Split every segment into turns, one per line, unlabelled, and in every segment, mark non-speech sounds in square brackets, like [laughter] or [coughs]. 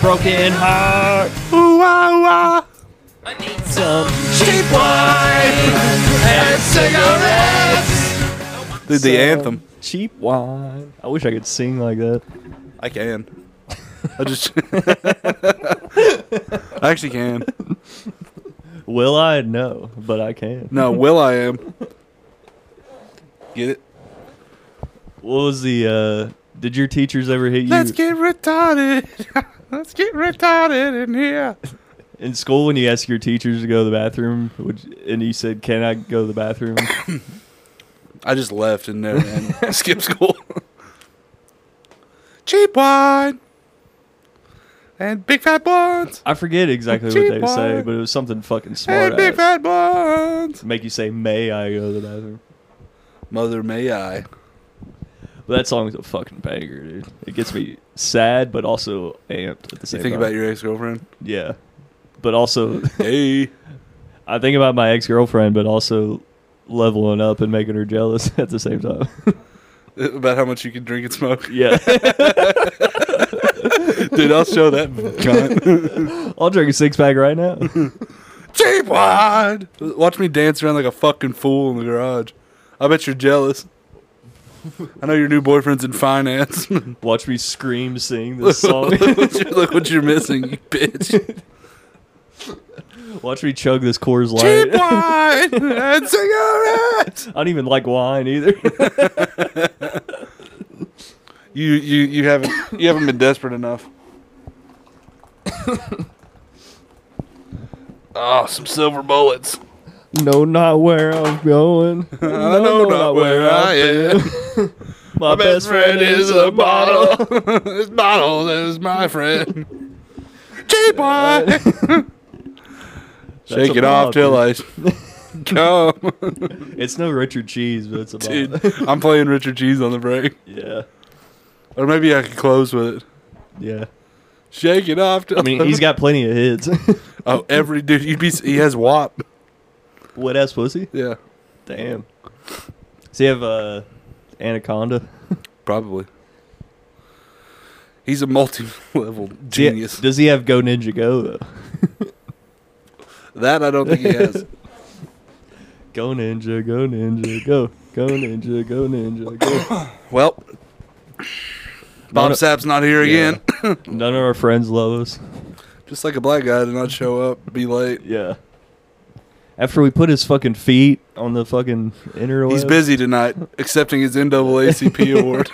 broken heart.
Ooh, ah, ooh, ah.
I need some cheap wine and cigarettes.
Dude, the anthem.
Cheap wine. I wish I could sing like that.
I can. [laughs] I [laughs] just. I actually can.
Will I? No, but I can.
No, Will I am. Get it?
What was the? uh Did your teachers ever hit you
Let's get retarded. [laughs] Let's get retarded in here.
in school when you asked your teachers to go to the bathroom? Would, and you said, "Can I go to the bathroom?"
I just left and never [laughs] and skipped school. Cheap wine and big fat blondes
I forget exactly what
Cheap
they say,
wine.
but it was something fucking
and
smart.
big
ass.
fat blondes.
Make you say, "May I go to the bathroom?"
Mother, may I?
But that song's a fucking banger, dude. It gets me sad, but also amped at the
You
same
think
time.
about your ex girlfriend?
yeah,
[laughs]
but also
Hey,
I think about my ex girlfriend, but also leveling up and making her jealous [laughs] at the
[laughs]
same time.
about how much you can drink and smoke,
yeah,
[laughs] dude. I'll show that cunt.
I'll drink a six pack right
[laughs]
now. [laughs]
Cheap wine. Watch me dance around like a fucking fool in the garage. I bet you're jealous. I know your new boyfriend's in finance. [laughs]
Watch me scream, sing this [laughs] song.
look, what you, [laughs] look what you're missing, you bitch. [laughs]
Watch me chug this Coors
Cheap
Light.
wine and cigarettes.
I don't even like wine [laughs] either.
You you you haven't you haven't been desperate [laughs] enough. oh, some silver bullets.
no, not where I'm [laughs] going. I
know not where I am.
My best friend is a bottle.
this bottle [laughs] is my friend. [laughs] Cheap wine.
That's
Shake
a
it off
bottle,
till [laughs] I come,
It's no Richard Cheese, but it's a bottle.
dude. I'm playing Richard Cheese on the break,
[laughs] Yeah,
or maybe I could close with it.
yeah.
Shake it off. Till
I mean, he's got plenty of hits. [laughs]
oh every dude. You'd be he has WAP.
Wet ass pussy.
Yeah,
Damn. So you have uh, Anaconda.
Probably. He's a multi-level
Does he-
genius.
Does he have Go Ninja Go though?
that I don't think he has.
Go Ninja, Go Ninja, Go, Go Ninja, Go Ninja, Go.
Well, Bob
no.
Sapp's not here
Yeah.
again. [laughs]
None of our friends love us.
Just like a black guy did not show up, be late.
Yeah. After we put his fucking feet on the fucking interweb.
He's busy tonight, accepting his NAACP award.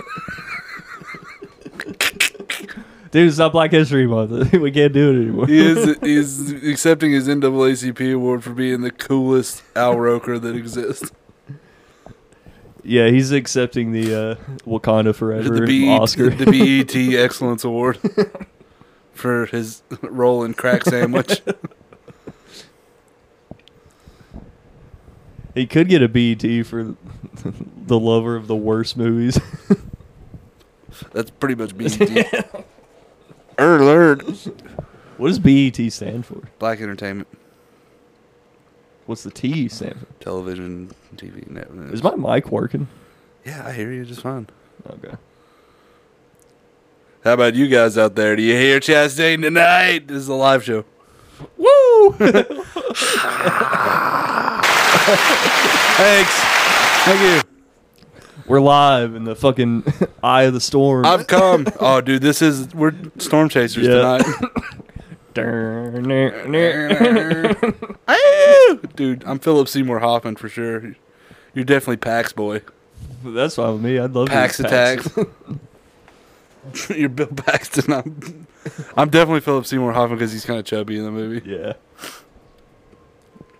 Dude, it's not Black History Month. [laughs] we can't do it anymore.
He is he is accepting his NAACP award for being the coolest Al Roker that exists.
Yeah, he's accepting the uh, Wakanda Forever
the, BET
Oscar.
the E BET Excellence Award for his role in Crack Sandwich.
[laughs] he could get a BET for [laughs] the lover of the worst movies. [laughs]
That's pretty much BET. Erlerd.
what does BET stand for?
Black Entertainment
What's the T stand for?
Television TV Network.
Is my mic working?
yeah, I hear you just fine.
Okay.
How about you guys out there? Do you hear Chastain tonight? This is a live show. Woo! Thanks. Thank you.
[laughs] We're live in the
[laughs]
fucking eye of the storm.
I've
[laughs]
come. Oh, dude, this is we're storm chasers
Yeah.
tonight.
Dun-dun-dun. [laughs]
[laughs] Ow! dude, I'm Philip Seymour Hoffman for sure. You're definitely Pax boy.
That's fine with me. I'd love
Pax
to use Pax.
attacks. [laughs] You're Bill Paxton. I'm, I'm definitely Philip Seymour Hoffman because he's kind of chubby in the movie.
Yeah.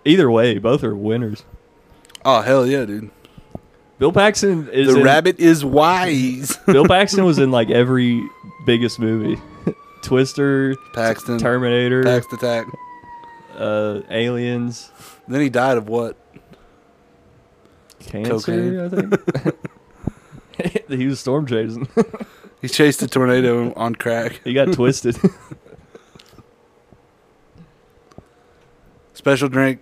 Either way, both are winners.
Oh hell yeah, dude!
Bill Paxton is
the
in-
rabbit is wise. [laughs]
Bill Paxton was in like every biggest movie, [laughs] Twister,
Paxton.
Terminator,
Pax attack.
uh, Aliens,
Then he died of what?
Cancer. I think [laughs] he was storm chasing.
He chased a tornado on crack.
he got twisted. [laughs]
Special drink: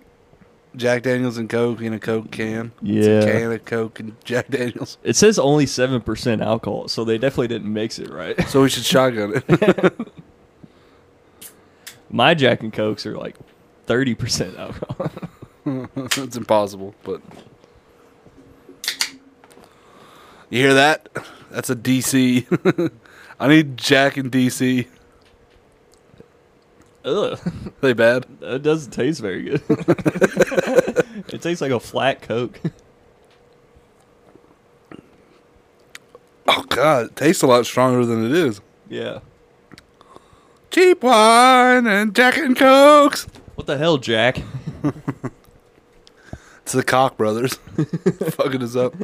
Jack Daniels and Coke in a Coke can.
Yeah.
it's a can of Coke and Jack Daniels.
It says only seven percent alcohol, so they definitely didn't mix it right.
So we should shotgun it.
[laughs] My Jack and Cokes are like 30% alcohol. [laughs]
it's impossible, but you hear that? That's a DC. [laughs] I need Jack and DC.
Ugh.
they bad?
That doesn't taste very good. [laughs] it tastes like a flat Coke. [laughs]
Oh god, it tastes a lot stronger than it is.
Yeah.
Cheap wine and Jack and Cokes.
What the hell, Jack?
It's the Koch brothers [laughs] fucking us up.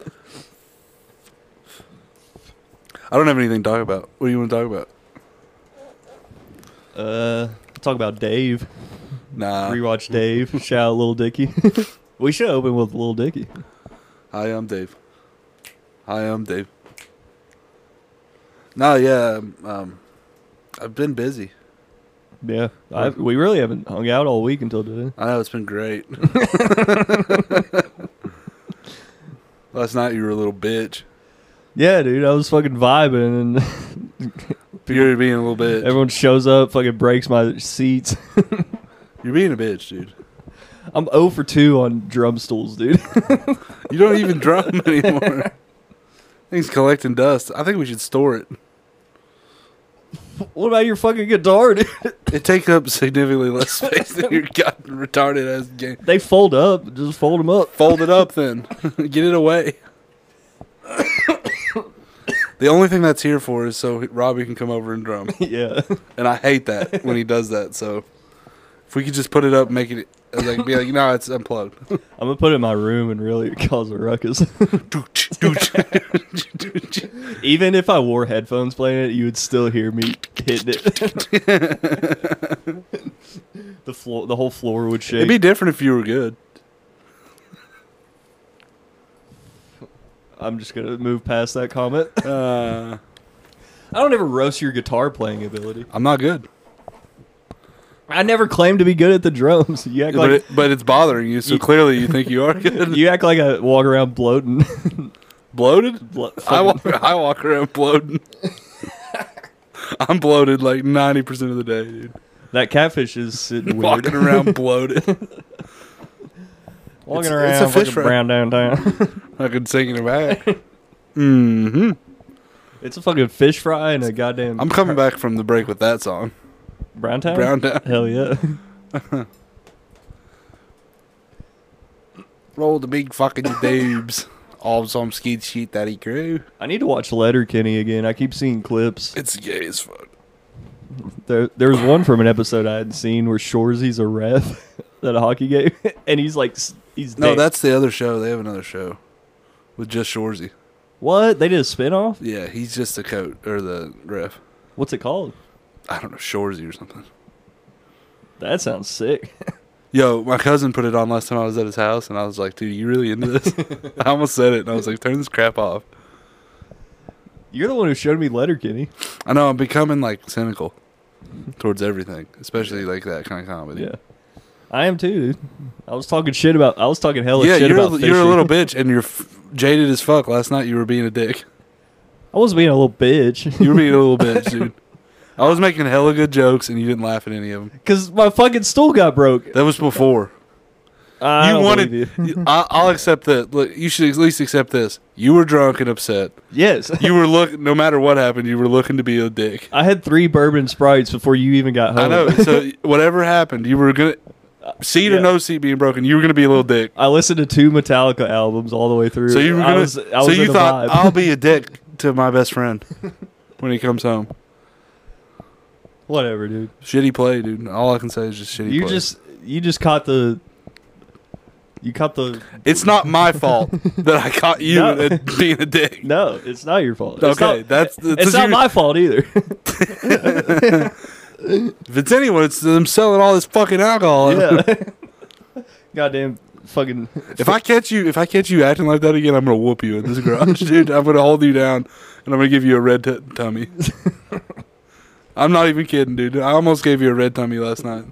I don't have anything to talk about. What do you want to talk about?
Uh, talk about Dave.
Nah,
Rewatch Dave. Shout out Little Dicky. [laughs] we should open with Little Dicky.
hi, I'm Dave. Hi, I'm Dave. No, yeah, um, um, I've been busy.
Yeah, I, we really haven't hung out all week until today.
I know it's been great. [laughs] Last night you were a little bitch.
Yeah, dude, I was fucking vibing, and [laughs]
You were being a little bitch.
everyone shows up, fucking breaks my seats. [laughs]
You're being a bitch, dude.
I'm 0 for 2 on drum stools, dude. [laughs]
You don't even drum anymore. Things collecting dust. I think we should store it.
what about your fucking guitar, dude? [laughs]
It takes up significantly less space than your goddamn retarded ass game.
They fold up. Just fold them up. [laughs]
Fold it up then. [laughs] Get it away. [coughs] the only thing that's here for is so Robbie can come over and
[laughs]
drum.
yeah.
And I hate that when he does that. So if we could just put it up, make it uh, like be like, no, it's unplugged. [laughs]
I'm going to put it in my room and really [laughs] cause a ruckus.
Dooch, dooch.
Even if I wore headphones playing it, you would still hear me hitting
[laughs]
it. the floor, the whole floor would shake.
It'd be different if you were good.
I'm just gonna move past
[laughs]
that comment.
Uh,
I don't ever roast your guitar playing ability.
I'm not good.
I never claimed to be good at the drums. You act
but,
like
it, but it's bothering you, so
You-
clearly you think
[laughs]
you are good.
you act like I walk around bloating. [laughs]
bloated?
Blo-
I walk, I walk around
[laughs]
bloating. I'm bloated like 90% of the day, dude.
that catfish is sitting weird.
Walking around bloated.
Walking
It's-
around,
it's a fish
fucking
fry.
brown
[laughs]
downtown.
I could sing in the back. Mm-hmm.
[laughs] it's a fucking fish fry and a goddamn
I'm coming back from the break with that song.
brown town.
Brown down.
Hell yeah. [laughs]
Roll the big fucking dabes. All some skid sheet that he grew.
I need to watch Letterkenny again. I keep seeing clips.
It's gay as fuck.
There, there was one from an episode I hadn't seen where Shorzy's a ref [laughs] at a hockey game, and he's like, s- he's
No,
dan-
that's the other show. They have another show with just Shorzy.
what they did a spinoff.
Yeah, he's just the coach or the ref.
What's it called?
I don't know, Shorzy or something.
That sounds sick. [laughs]
Yo, my cousin put it on last time I was at his house, and I was like, dude, you really into this? I almost said it, and I was like, turn this crap off.
You're the one who showed me Letterkenny.
I know, I'm becoming like cynical towards everything, especially like that kind of comedy.
Yeah, I am too, dude. I was talking shit about. I was talking hella
Yeah,
shit
you're,
about.
a, you're a
fishing.
little bitch, and you're f- jaded as fuck. Last night you were being a dick.
[laughs] I was being a little
[laughs]
bitch
You
[laughs]
were being a little bitch, dude. I was making hella good jokes, and you didn't laugh at any of them.
because my fucking stool got broke.
That was before.
I
you
don't
wanted. [laughs]
believe you.
you- I, I'll accept that. Look, you should at least accept this. You were drunk and upset.
Yes,
You were look. No matter what happened, you were looking to be a dick.
[laughs] I had three bourbon sprites before you even got home.
I know. So whatever happened, you were gonna seat
yeah.
or no seat being broken, you were gonna be a little dick.
[laughs] I listened to two Metallica albums all the way through.
So you were
I
gonna.
was, I
so
was
you
in a
thought
vibe.
I'll be a dick to my best friend when he comes home.
[laughs] Whatever, dude.
Shitty play, dude. All I can say is just shitty.
you
play.
just you just caught the you caught the
It's not my fault that I caught you
No.
at [laughs] being a dick.
no it's not your fault it's
Okay,
not,
that's
it's not my
[laughs]
fault either
If it's anyone, it's them selling all this fucking alcohol.
yeah [laughs] goddamn fucking
If I catch you, if I catch you acting like that again, I'm gonna whoop you in this garage, [laughs] dude. I'm gonna hold you down, and I'm gonna give you a red t- tummy. I'm not even kidding, dude. I almost gave you a red tummy last night,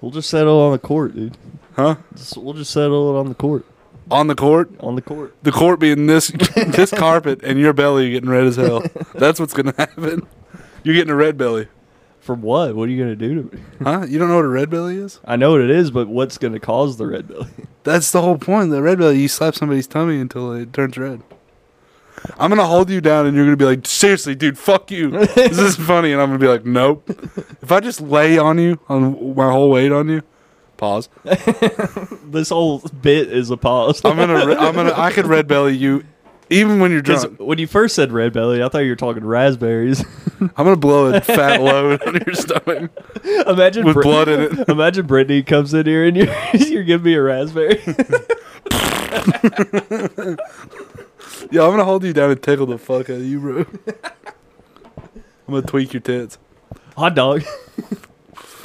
we'll just settle on the court dude
huh?
Just- we'll just settle it on the court
On the court,
on the court
the court being this [laughs] this carpet, and your belly getting red as hell. That's what's gonna happen. You're getting a red belly.
For what? What are you gonna do to me?
Huh? You don't know what a red belly is?
I know what it is, but what's gonna cause the red belly? [laughs]
That's the whole point. The red belly, you slap somebody's tummy until it turns red. I'm gonna hold you down, and you're gonna be like, "Seriously, dude, fuck you. this is funny." And I'm gonna be like, "Nope." If I just lay on you, on my whole weight on you, pause.
this whole bit is a pause.
I'm gonna, re- I'm gonna, I could red belly you, even when you're
[laughs] 'Cause
drunk.
when you first said red belly, I thought you were talking raspberries. [laughs]
I'm gonna blow a fat load on your stomach
imagine
with
Brit-
blood in it.
[laughs] Imagine Brittany comes in here and you're, [laughs] you're giving me a raspberry.
Yeah, I'm gonna hold you down and tickle the fuck out of you, bro. I'm gonna tweak your tits.
Hot dog.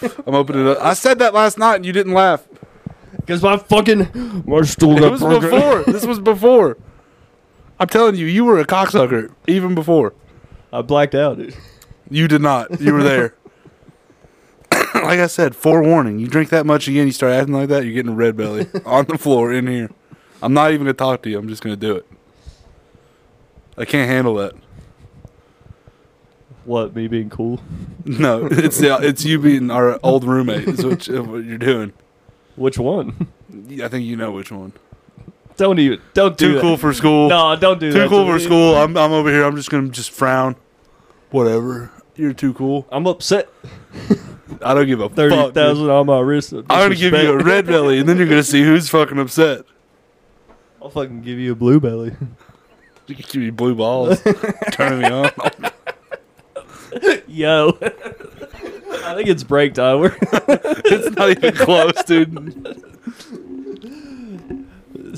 [laughs]
I'm opening it up. I said that last night, and you didn't laugh.
Because my fucking. My stool
It was before. This was before. I'm telling you, you were a cocksucker even before.
[laughs] I blacked out, dude.
You did not. You were there. [coughs] like I said, forewarning. You drink that much again, you start acting like that, you're getting red belly on the floor in here. I'm not even gonna talk to you. I'm just gonna do it. I can't handle that. [laughs]
What, me being cool?
No, it's the, it's you being our old roommate is what, you, what you're doing.
Which one? [laughs]
I think you know which one.
Don't even. Don't do
Too
that.
cool for school.
No, don't do that.
too
to
cool for
me.
school. I'm I'm over here. I'm just gonna just frown. Whatever. You're too cool.
I'm upset.
I don't give a fuck. dude.
30,000 on my wrist. of
I'm gonna give you a
disrespect.
red belly, and then you're gonna see who's fucking upset.
I'll fucking give you a blue belly.
You can give me blue [laughs] balls. Turning me on.
[laughs] Yo. [laughs] I think it's break time. We're [laughs]
It's not even close, dude.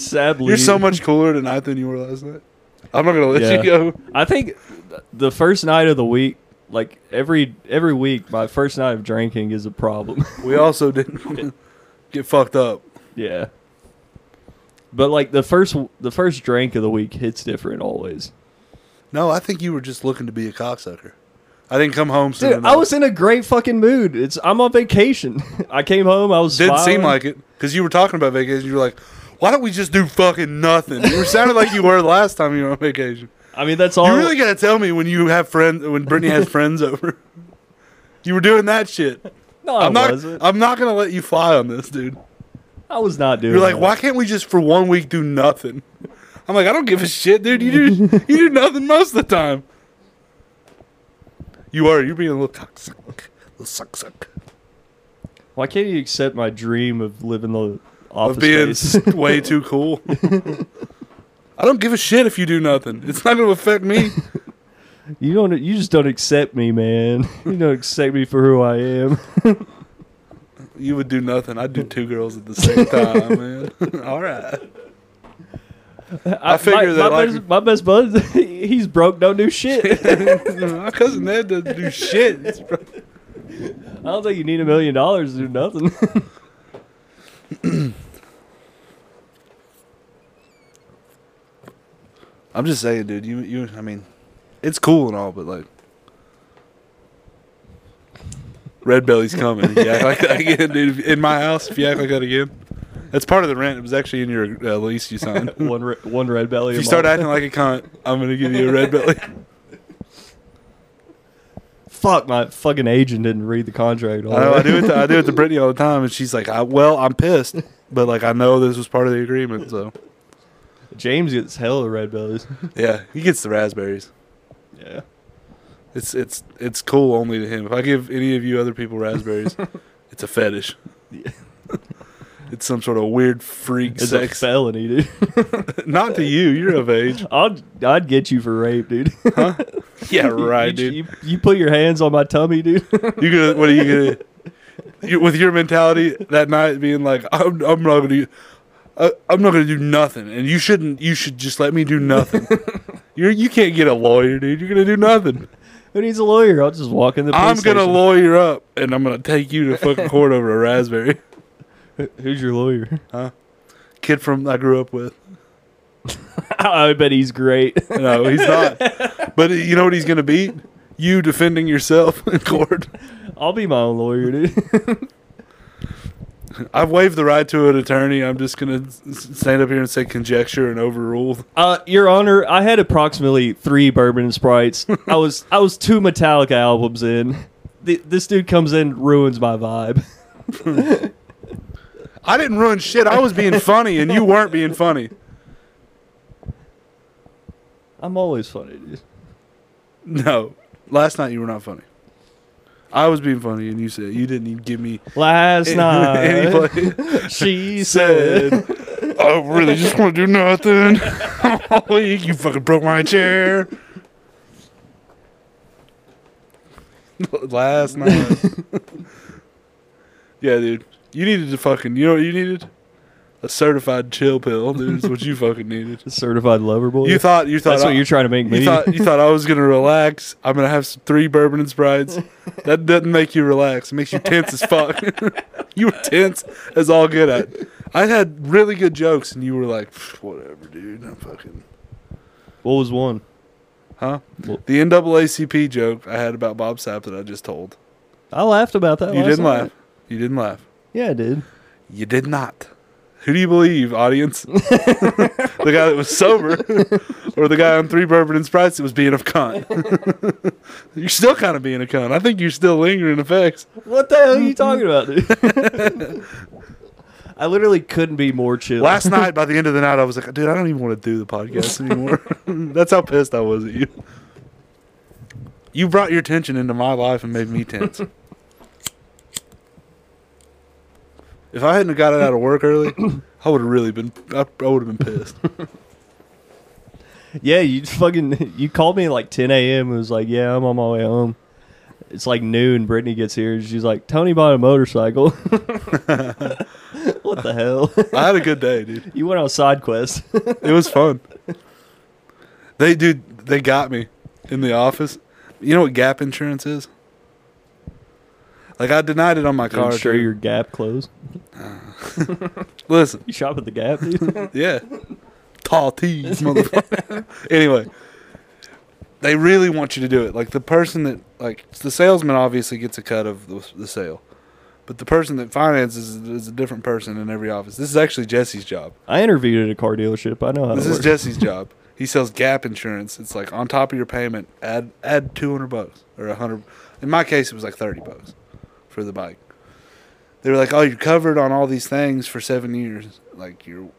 sadly.
You're so much cooler tonight than you were last night. I'm not gonna let
Yeah.
you go.
I think th- the first night of the week, like every every week, my first night of drinking is a problem. [laughs]
We also [laughs] didn't get fucked up.
yeah. But like the first the first drink of the week hits different always.
No, I think you were just looking to be a cocksucker. I didn't come home soon.
Dude, I
enough.
was in a great fucking mood. It's I'm on vacation. [laughs] I came home. I was
Didn't seem
smiling.
like it because you were talking about vacation. You were like, "Why don't we just do fucking nothing?" You were sounding like you
[laughs]
were last time you were on vacation.
I mean, that's all.
You really gotta tell me when you have friends when Brittany has friends over. You were doing that shit.
no, I
I'm not.
wasn't.
I'm not gonna let you fly on this, dude.
I was not doing.
You're like,
that.
why can't we just for one week do nothing? I'm like, I don't give a shit, dude. You do you do nothing most of the time. You are. You're being a little cocksuck, little suck suck
Why can't you accept my dream of living the office
of being [laughs]
space? [laughs]
s- way too cool. I don't give a shit if you do nothing. It's not gonna affect me.
you don't. You just don't accept me, man. [laughs] You don't accept me for who I am. [laughs]
You would do nothing. I'd do two girls at the [laughs] same time, man. [laughs] All right. I figure
my,
that,
my,
like-
best, my best bud, [laughs] he's broke, don't
[laughs]
do shit.
My cousin Ned doesn't do shit. It's pro-
I don't think you need a million dollars to do
[laughs]
nothing.
I'm just saying, dude. You, you. I mean, it's cool and all, but like, red belly's coming. If you act like that again, dude. In my house, if you act like that again, that's part of the rent. It was actually in your uh, lease you [laughs] signed. if
one re- one red belly.
you
a
start
month.
acting like a cunt, I'm gonna give you a red belly.
fuck, my fucking agent didn't read the contract. all
I know. Oh, I
right.
do it. To, I do it to Brittany all the time, and she's like, I, "Well, I'm pissed, but like, I know this was part of the agreement." So
James gets hell of red bellies.
[laughs] yeah, he gets the raspberries.
yeah,
It's it's it's cool only to him. If I give any of you other people
[laughs]
raspberries, it's a fetish.
Yeah.
It's some sort of weird freak
it's a
sex.
felony, dude. [laughs]
Not to you. You're of age.
I'd I'd get you for rape, dude. [laughs]
Yeah, right,
you,
dude.
You, you put your hands on my tummy, dude. [laughs]
You gonna what are you gonna you, with your mentality that night being like I'm I'm not gonna do- I, I'm not gonna do nothing and you shouldn't you should just let me do nothing. [laughs] You you can't get a lawyer, dude. You're gonna do nothing.
Who needs a lawyer? I'll just walk in the.
I'm
police
gonna
station.
lawyer up and I'm gonna take you to fucking court over a raspberry.
[laughs] Who's your lawyer?
[laughs]
[laughs]
Kid from I grew up with.
I bet he's great. [laughs]
No, he's not. but you know what he's gonna beat? You defending yourself [laughs] in court.
I'll be my own lawyer, dude. [laughs]
I've waived the right to an attorney. I'm just gonna s- stand up here and say conjecture and overruled.
Uh, Your Honor, I
[laughs]
had approximately three bourbon and sprites. I was I was two Metallica albums in. th- this dude comes in ruins my vibe. [laughs]
I didn't ruin shit. I was being funny, and you weren't being funny.
I'm always funny, dude.
No, last night you were not funny. I was being funny, and you said you didn't even give me
[laughs] Last
[laughs]
night,
any
[laughs]
play.
she
said,
said,
I really just want to do
[laughs]
nothing. [laughs] you fucking broke my chair. [laughs] Last
[laughs]
night. yeah, dude. You needed to fucking, you know what you needed? A certified chill pill, dude. Is what you fucking
[laughs]
needed.
"Certified lover boy."
You thought, you thought,
that's
I,
what you're trying to make me.
you thought, you thought I was gonna relax. I'm gonna have some, three bourbon and sprites. That doesn't make you relax. It makes you tense as fuck. [laughs] you were tense as all get at. I had really good jokes, and you were like, "Pff, "Whatever, dude. I'm fucking."
what was one?
Huh?
Well-
The NAACP joke I had about Bob Sapp that I just told.
I laughed about that.
you
last
didn't
night.
laugh. You didn't laugh.
Yeah, I did.
You did not. Who do you believe, audience? the guy that was sober, or the guy on three bourbon and sprites that was being a cunt? [laughs] you're still kind of being a cunt. I think you're still lingering effects.
What the hell are you talking about, dude?
[laughs]
[laughs] I literally couldn't be more chill.
Last night, by the end of the night, I was like, dude, I don't even want to do the podcast anymore. [laughs] That's how pissed I was at you. You brought your tension into my life and made me tense. if I hadn't have got it out of work early, I would have really been. I, I would have been pissed.
yeah, you fucking [laughs] you called me at like 10 a.m. and was like, "Yeah, I'm on my way home." It's like noon. Brittany gets here. and She's like, "Tony bought a motorcycle." [laughs] what the hell? [laughs]
I had a good day, dude.
you went on side quest.
It was fun. They dude, they got me in the office. You know what gap insurance is? Like I denied it on my car.
I'm [laughs] sure
dude.
your Gap closed.
Listen,
You shop at the Gap, dude.
yeah. Tall tees, motherfucker. [laughs] anyway. They really want you to do it. Like the person that like the salesman obviously gets a cut of the, the sale. But the person that finances is, is a different person in every office. This is actually Jesse's job.
I interviewed at a car dealership. I know how
This
to
is
work.
Jesse's
[laughs]
job. He sells gap insurance. It's like on top of your payment, add add two hundred bucks or a hundred. In my case, it was like thirty bucks for the bike. They were like, "Oh, you're covered on all these things for seven years. Like you're,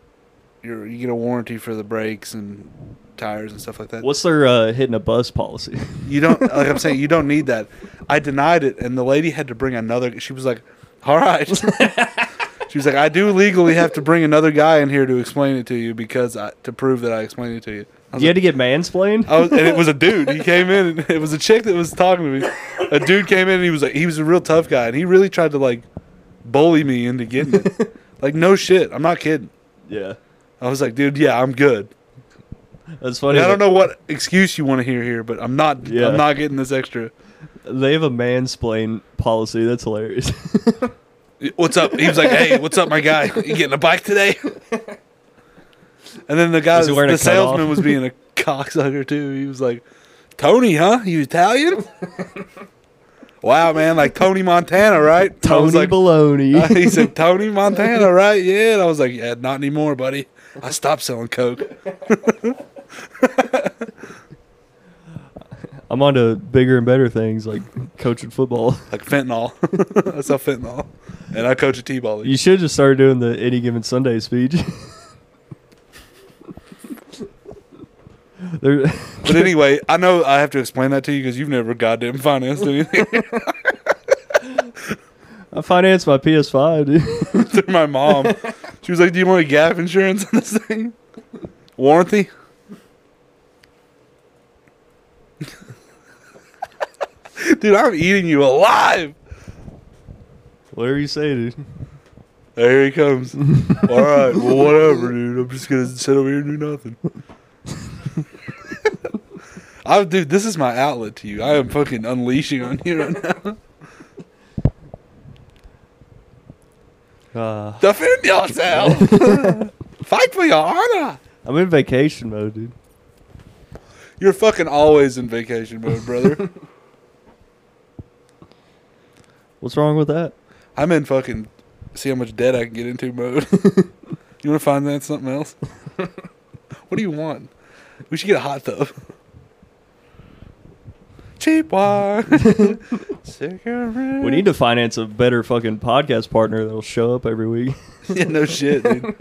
you're you get a warranty for the brakes and tires and stuff like that.
What's their uh, hitting a bus policy? [laughs]
You don't like I'm saying you don't need that. I denied it, and the lady had to bring another. She was like, "All right." [laughs] she was like, "I do legally have to bring another guy in here to explain it to you because I, to prove that I explained it to you." I was like, Oh.
You had to get mansplained.
I was, and it was a dude. He came in, and it was a chick that was talking to me. A dude came in, and he was like, he was a real tough guy, and he really tried to like bully me into getting it. like, no shit, I'm not kidding.
Yeah,
I was like, dude, yeah, I'm good.
that's
And
funny.
I
that-
don't know what excuse you want to hear here, but I'm not.
Yeah.
I'm not getting this extra.
They have a mansplain policy.
[laughs]
That's hilarious.
What's up? He was like, hey, what's up, my guy? You getting a bike today? And then the guy,
Was he wearing a
the
cutoff?
salesman, was being a cocksucker too. He was like, Tony, huh? You Italian? wow, man, like Tony Montana, right? I was
Tony
like,
Baloney.
[laughs] he said Tony Montana, right? Yeah. And I was like, yeah, not anymore, buddy. I stopped selling coke.
[laughs] I'm on to bigger and better things like coaching football. [laughs]
Like fentanyl. [laughs] I sell fentanyl, and I coach a t-ball. league.
You should just start doing the any given Sunday speech. [laughs] there,
But anyway, I know I have to explain that to you because you've never goddamn financed anything.
[laughs] I financed my PS5, dude. [laughs]
[laughs] through my mom. She was like, "Do you want a gap insurance on this thing? Warranty?" [laughs] Dude, I'm eating you alive.
Whatever you say, dude.
There he comes. All right, well, whatever, dude. I'm just gonna sit over here and do nothing. [laughs] I, dude, this is my outlet to you. I am fucking unleashing on you right now. [laughs]
Uh,
Defend yourself. [laughs] Fight for your honor.
I'm in vacation mode, dude.
You're fucking always in vacation mode, brother.
What's wrong with that?
I'm in fucking see how much debt I can get into mode. [laughs] you want to find that something
[laughs]
else? what do you want? We
[laughs]
should get a hot tub. Cheap wine. Cigarette.
We need to finance a better fucking podcast partner that'll show up every week. [laughs]
yeah, no shit, dude.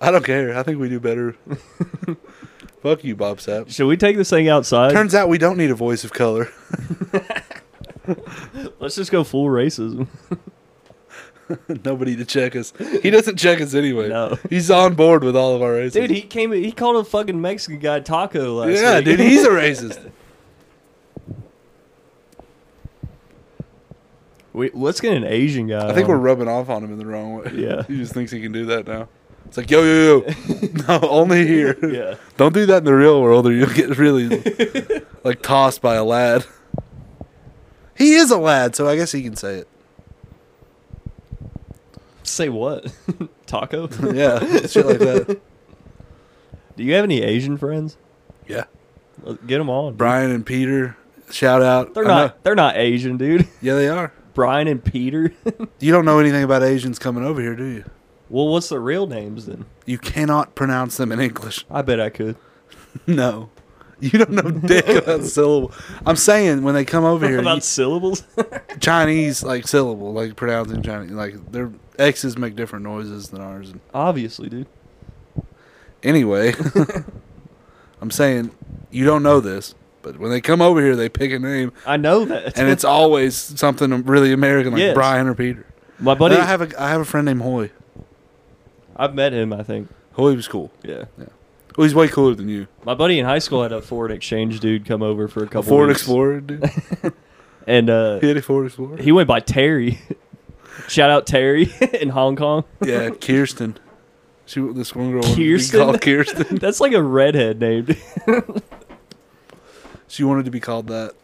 I don't care. I think we do
[laughs]
better. Fuck you, Bob Sapp.
Should we take this thing outside?
Turns out we don't need a voice of color. [laughs]
Let's just go
[laughs]
full racism.
Nobody to check us. He doesn't check us anyway.
No.
He's on board with all of our races.
Dude, he came. He called a fucking Mexican guy taco last
yeah,
week.
dude, he's a racist.
[laughs] We, let's get an Asian guy.
I think
on.
we're rubbing off on him in the wrong way.
Um, Yeah.
[laughs] He just thinks he can do that now. It's like, yo, yo,
[laughs]
yo. no, only here.
Yeah.
Don't do that in the real world or you'll get
[laughs]
really like tossed by a lad. He is a lad, so I guess he can say it.
Say what? [laughs] taco.
[laughs] yeah, shit like
[laughs]
that.
Do you have any Asian friends?
Yeah.
Let's Get them on. dude.
Brian and Peter, shout out.
They're
I
not.
know-
They're not Asian, dude. [laughs]
Yeah, they are.
Brian and Peter. [laughs]
You don't know anything about Asians coming over here, do you?
well, what's their real names then?
You cannot pronounce them in English. [laughs]
I bet I could.
No. You don't know dick
[laughs]
about syllable. I'm saying when they come over here,
About
you-
syllables. [laughs]
Chinese like syllable, like pronouncing Chinese, like their X's make different noises than ours. And
Obviously, dude. [laughs]
anyway, [laughs] I'm saying you don't know this, but when they come over here, they pick a name,
I know that.
and it's always something really American, like
Yes.
Brian or Peter.
[laughs] my
But
buddy.
I have a I have a friend named Hoy.
I've met him. I think.
Hoy was cool.
Yeah.
Well, he's way cooler than you.
My buddy in high school had a foreign exchange dude come over for a couple.
Ford
weeks,
Explorer,
[laughs]
dude.
And uh,
he had a Ford Explorer.
he went by Terry. [laughs] Shout out Terry [laughs] in Hong Kong.
yeah, Kirsten. She this one girl wanted to be
Kirsten?
called Kirsten.
That's like a redhead name. dude. [laughs]
She wanted to be called that.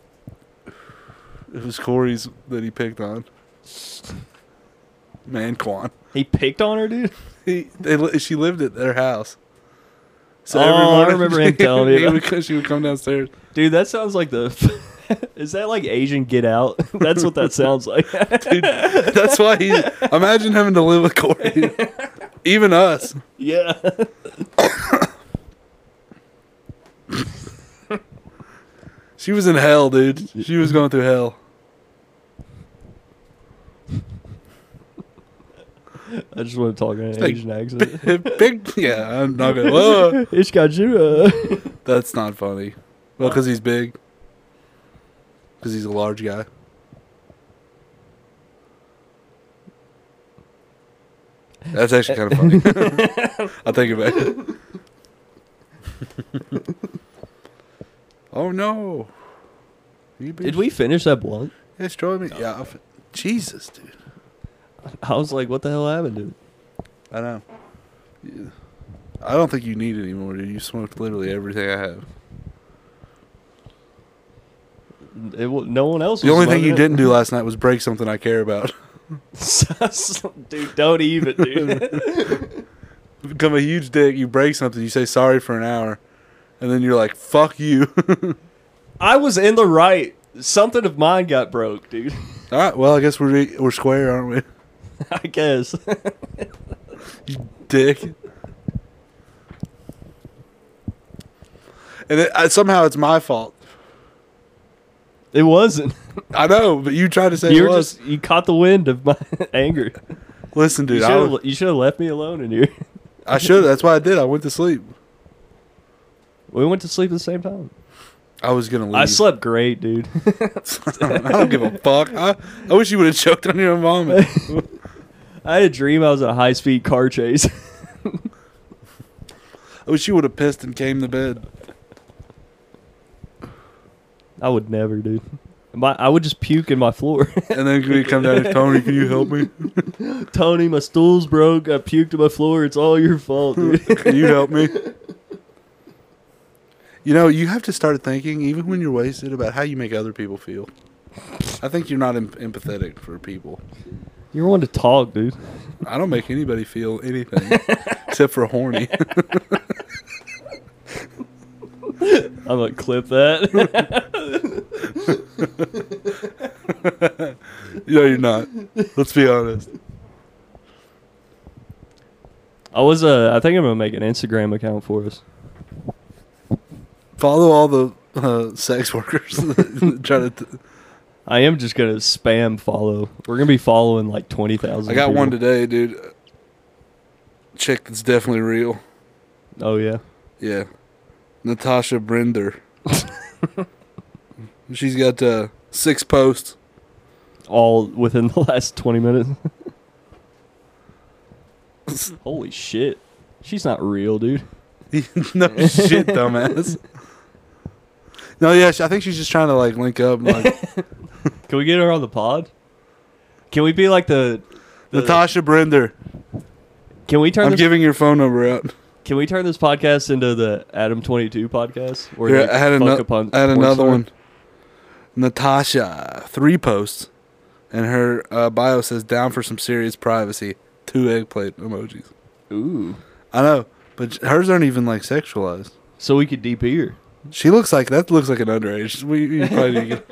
It was Corey's that he picked on. Man, Quan.
he picked on her, dude.
[laughs] He, they, li- she lived at their house.
Oh, I remember him telling you
he
about-
would co- she [laughs] would come
[laughs]
downstairs.
Dude, that sounds like the. [laughs] Is that like Asian Get Out? [laughs] That's what that sounds like. [laughs]
Dude, that's why he. Imagine having to live with
[laughs]
Corey. Even us.
yeah.
She was in hell, dude. She was going through
[laughs]
hell.
I just want to talk in an
like-
Asian accent. [laughs]
Big. Yeah, I'm not gonna. Whoa.
Ish got you. uh. [laughs]
That's not funny. Well, because he's big. Because he's a large guy. That's actually kind of
[laughs]
funny. [laughs] I'll take it back. oh no! You
Did we finish that blunt?
destroy me? Yeah. I've- Jesus, dude.
I was like, what the hell happened, dude?
I know. Yeah. I don't think you need it anymore, dude. You smoked literally everything I have.
It, wa- no one else.
The
was
only thing you
loving
didn't do last night was break something I care about.
it. [laughs] dude, don't even, dude. [laughs]
become a huge dick, you break something, you say sorry for an hour, and then you're like, fuck you. [laughs]
I was in the right. Something of mine got broke, dude. [laughs]
All right, Ah, well, I guess we're, re- we're square, aren't we? [laughs]
I guess. [laughs]
Dick. And it, I, somehow it's my fault.
It wasn't.
I know, but you tried to say [laughs]
you
it
were
was.
just you caught the wind of my [laughs] anger.
Listen, dude,
you
I,
should
was-
have you should have left me alone in here. [laughs]
I should. That's why I did. I went to sleep.
We went to sleep at the same time.
I was gonna leave.
I slept great, dude.
[laughs]
[laughs]
I don't give a fuck. I, I wish you would have [laughs] choked on your own
[laughs]
vomit.
I had a dream I was in a high speed car chase. [laughs]
I wish you would have pissed and came to bed.
I would never, dude. My I would just puke in my floor. [laughs]
And then we come down and Tony, can you help me?
Tony, my stool's broke. I puked on my floor. It's all your fault, dude.
[laughs]
[laughs]
Can you help me? You know, you have to start thinking, even when you're wasted, about how you make other people feel. I think you're not em- empathetic for people.
You're one to talk, dude.
I don't make anybody feel [laughs] anything except for horny. [laughs]
I'm gonna clip that. [laughs]
[laughs] no, you're not. Let's be honest.
I was uh I think I'm gonna make an Instagram account for us.
Follow all the uh, sex workers [laughs] trying to. T-
I am just gonna spam follow. We're gonna be following like twenty thousand.
I got one today, dude. Chick that's definitely real.
Oh yeah.
Yeah. Natasha [laughs] Brinder. She's got uh, six posts.
all within [laughs] the last
[laughs]
20 minutes. Holy shit. She's not real, dude.
[laughs] no shit, dumbass. No, yeah, she- I think she's just trying to like link up.
[laughs]
Like,
Can we get her on the pod? Can we be like the, the-
Natasha Brinder,
Can we turn
I'm
this,
giving your phone number out.
can we turn this podcast into the Adam 22 podcast or
Here,
like,
I had,
fuck
ano-
upon
I had
porn
another
star?
one. Natasha, three posts, and her uh, bio says "down for some serious privacy." Two eggplant emojis.
Ooh.
I know, but hers aren't even like sexualized.
So we could DP her.
She looks like that. Looks like an underage. We, we
[laughs]
probably need to get-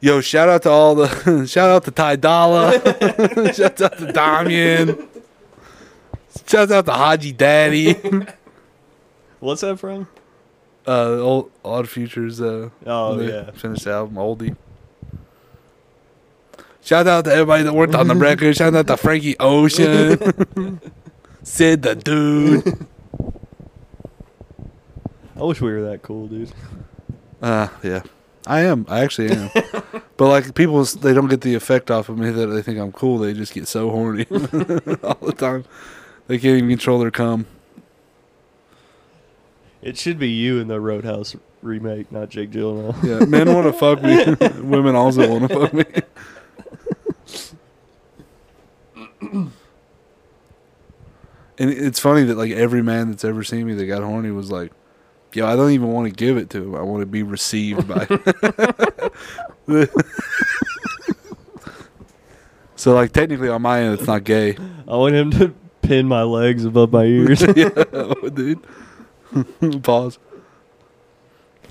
Yo, shout out to all the [laughs] shout out to Ty
[laughs]
Dolla, shout out to Damian, shout out to Haji
[laughs]
Daddy,
What's that from?
uh, old Odd Futures. Uh,
Oh
when they
yeah.
finished the album oldie. Shout out to everybody that worked on
[laughs]
the record. Shout out to Frankie Ocean, Sid the Dude.
I wish we were that cool, dude.
Uh, yeah, I am. I actually am. but like people, s- they don't get the effect off of me that they think I'm cool. They just get so horny [laughs] all the time. They can't even control their cum.
It should be you in the Roadhouse remake, not Jake Gyllenhaal.
Yeah, men want to fuck me. Women also want to fuck me. and it- it's funny that like every man that's ever seen me that got horny was like, "Yo, I don't even want to give it to him. I want to be received by." [laughs] so like technically on my end, it's not gay. [laughs]
[laughs] I want him to pin my legs above my ears. that [laughs]
yeah, dude. [laughs] Pause.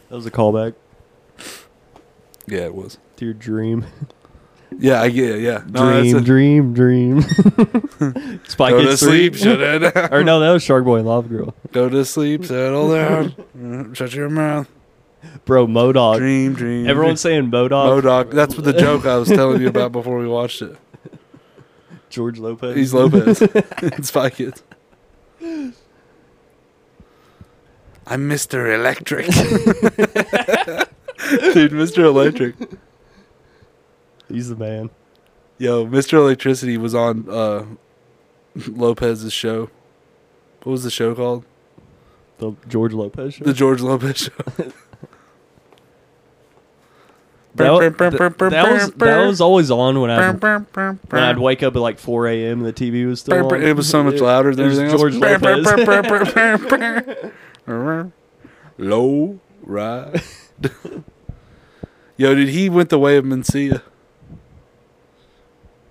was a callback
Yeah, it was.
to your dream.
Yeah, I get. it, Yeah,
dream,
that's it. [laughs]
dream, dream, Spike
Go to
Kids
sleep,
3.
shut it down.
[laughs] or no, that was Shark Boy and Lava Girl.
Go to sleep, settle [laughs] down, Mm, shut your mouth.
Bro, Modoc.
Dream, dream.
Everyone's saying Modoc.
Modoc. That's what the joke I was telling you about before we watched
[laughs]
it.
George Lopez.
He's Lopez. [laughs] it's Spy Kids. I'm Mr. Electric. [laughs] Dude, Mr. Electric.
[laughs] He's the man.
Yo, Mr. Electricity was on uh, Lopez's show. What was the show called?
The George Lopez show.
The George Lopez show.
that, wa- th- that was, that was always on when I when I'd wake up at like 4 a.m. and the TV was still on.
It was so much louder than
It was
everything
George
else. Lopez. [laughs] Low ride. Yo, did he went the way of Mencia?
[laughs]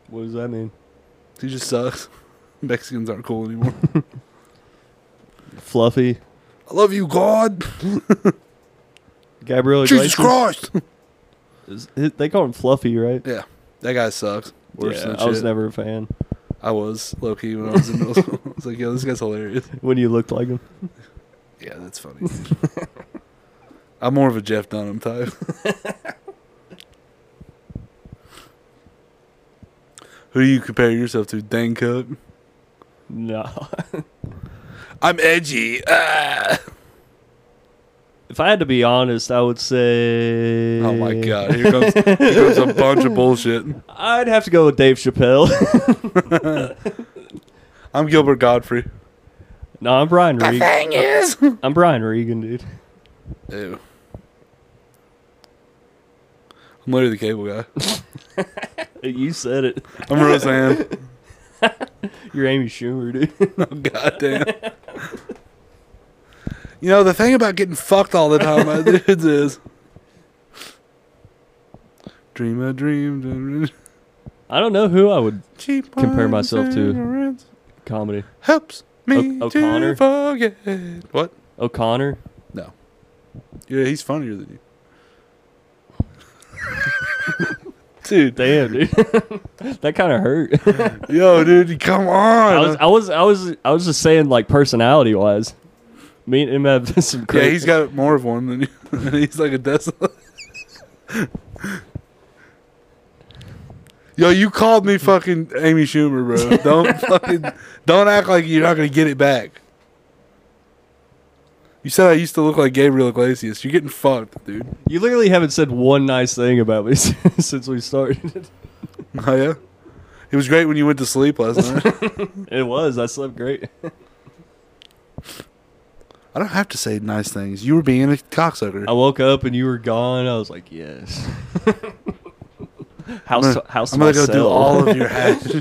What does that mean?
He just sucks. [laughs] Mexicans aren't cool anymore.
Fluffy.
I love you, God.
Gabriel
Jesus
Iglesias.
Christ.
Is- hi- They call him Fluffy, right?
[laughs] Yeah, that guy sucks. Worse
yeah,
than
I was
shit.
never a fan
I was low key when I was in middle school. [laughs] I was like, yo, this guy's hilarious.
when you looked like him.
Yeah, that's funny. [laughs] I'm more of a Jeff Dunham type. [laughs] Who do you compare yourself to? Dane Cook?
No.
I'm edgy. Ah.
[laughs] If I had to be honest, I would say.
Oh my god, here comes, here comes a bunch of bullshit.
I'd have to go with Dave Chappelle. [laughs]
I'm Gilbert Godfrey.
no, I'm Brian Regan.
thing is.
I'm Brian Regan, dude. [laughs]
Ew. I'm Larry the Cable Guy.
You said it.
I'm Roseanne.
You're Amy Schumer, dude. [laughs]
Oh god damn. you know the thing about getting fucked all the time by dudes is dream a dream, dream, dream.
I don't know who I would
Cheap
Compare
wine,
myself to-
cigarettes
comedy.
helps me
O- O'Connor?
to forget. What?
O'Connor.
No. Yeah, he's funnier than you. dude,
Damn, dude. [laughs] that kind of
[laughs]
hurt. [laughs]
yo, dude, come on.
I was, I was, I was, I was just saying, like personality wise. Me and him have [laughs] some
Yeah,
crazy.
he's got more of one than you. [laughs]
[laughs]
he's like a desolate. Yo, you called me fucking Amy Schumer,
[laughs]
bro. Don't fucking don't act like you're not gonna get it back. You said I used to look like Gabriel Iglesias. You're getting fucked, dude. [laughs]
You literally haven't said one nice thing about me [laughs] since we started. [laughs]
Oh yeah, it was great when you went to sleep last night.
[laughs] It was. I slept great.
I don't have to say nice things. You were being a cocksucker.
I woke up and you were gone. I was like, yes. house,
I'm gonna-
house.
I'm gonna go
myself.
do all [laughs]
[laughs]
of your hats.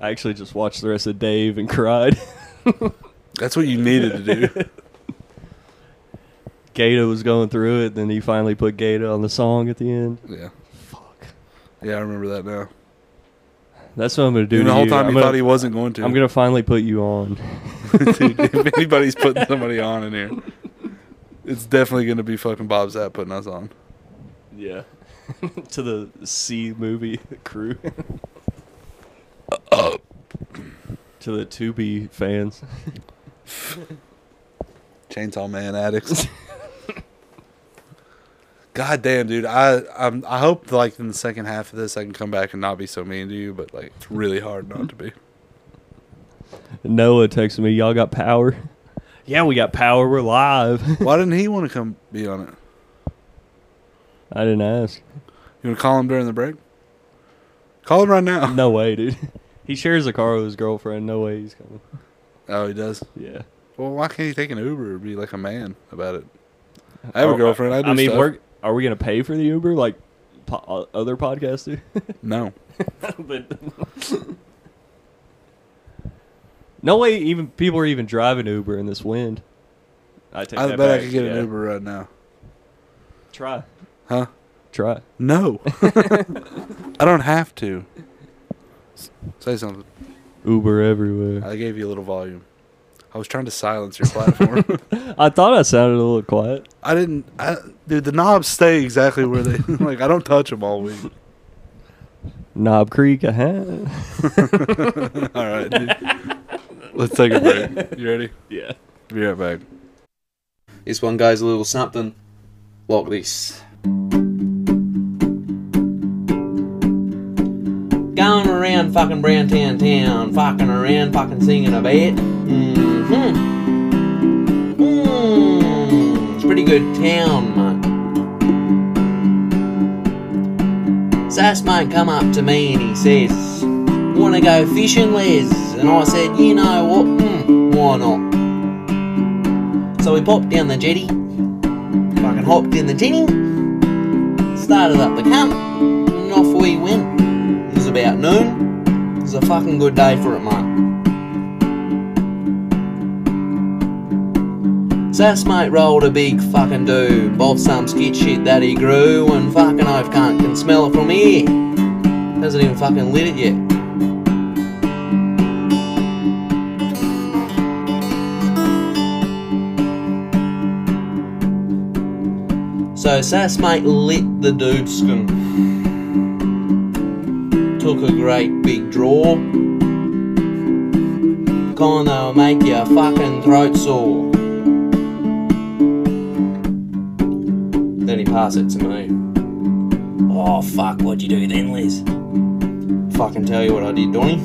I actually just watched the rest of Dave and cried. [laughs]
That's what you needed to do.
Gato was going through it, then he finally put Gato on the song at the end.
Yeah,
Fuck.
yeah, I remember that now.
That's what I'm gonna do.
Dude,
to
the whole
you.
time
I'm
he
gonna,
thought he wasn't going to. [laughs]
I'm gonna finally put you on.
Dude, if anybody's putting somebody on in here, it's definitely going to be fucking Bob Zapp putting us on.
Yeah. [laughs] to the C movie crew. to the Tubi fans.
Chainsaw Man
[laughs]
addicts. God damn, dude. I I'm, I hope like in the second half of this I can come back and not be so mean to you, but like it's really hard not to
[laughs]
be.
Noah texted me, "Y'all got power." [laughs] Yeah, we got power. We're live.
Why didn't he want to come be on it?
[laughs] I didn't ask.
You want to call him during the break? Call him right now.
No way, dude. [laughs] He shares a car with his girlfriend. No way he's coming.
Oh, he does.
Yeah.
Well, why can't he take an Uber and be like a man about it? I have
Oh,
a girlfriend. I do
I mean,
stuff.
we're, are we gonna pay for the Uber like po- uh, other podcasts do?
No.
[laughs] But- [laughs] no way. Even people are even driving Uber in this wind. I take.
I
that
bet I
back,
could get
yeah.
an Uber right now.
Try.
Huh?
Try. [laughs]
No. [laughs] I don't have to. S- Say something.
Uber everywhere.
I gave you a little volume. I was trying to silence your platform.
[laughs]
[laughs]
I thought I sounded a little quiet.
I didn't. I, dude, the knobs stay exactly where they. [laughs] like I don't touch them all week. [laughs]
Knob Creek. uh-huh. I had.
all right, dude. Let's take a break. You ready?
Yeah.
Be right back.
This one goes a little something like this. Going around fucking Browntown town, fucking around, fucking singing a bit. Mm-hmm. Mm, it's a pretty good town, mate. So this mate come up to me and he says, Wanna go fishing, Les? And I said, You know what? Mm, why not? So we popped down the jetty, fucking hopped in the jetty, started up the camp, and off we went. It was about noon. It was a fucking good day for it, mate. Sass mate rolled a big fucking do, bought some skit shit that he grew, and fucking I've can't can smell it from here. Hasn't even fucking lit it yet. So Sass mate lit the doobskin. Took a great big draw. Kinda make your fucking throat sore. Then he passed it to me. Oh fuck, what'd you do then, Liz? Fucking tell you what I did, Donny.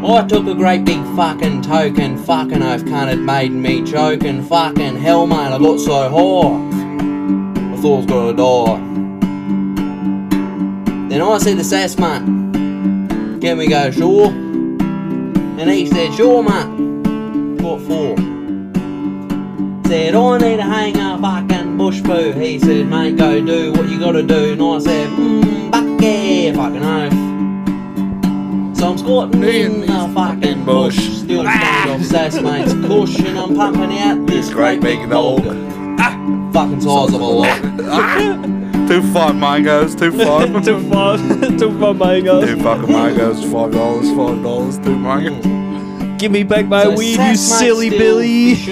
Oh, I took a great big fucking toke and fucking I've kind of made me choke and fucking hell man, I got so high. I thought I was gonna die. Then I said to Sass mate, can we go ashore? And he said, sure mate. What for? Said, I need a hanger, fucking bush poo. He said, mate, go do what you gotta do. And I said, mmm, bucky, fucking oath. So I'm squatting in
In
the
these
fucking
fucking
bush,
bush. Ah!
still standing off Sass mate's cushion. I'm pumping out this
This great big dog.
fucking size of a log.
Too far, mangoes.
[laughs]
Too far. Too
[laughs]
too far. too far, mango.
fucking mangoes. Five dollars. Five dollars. Two mangoes.
Give me back my
So
weed, you
Sass mate's
silly
still
Billy. [laughs]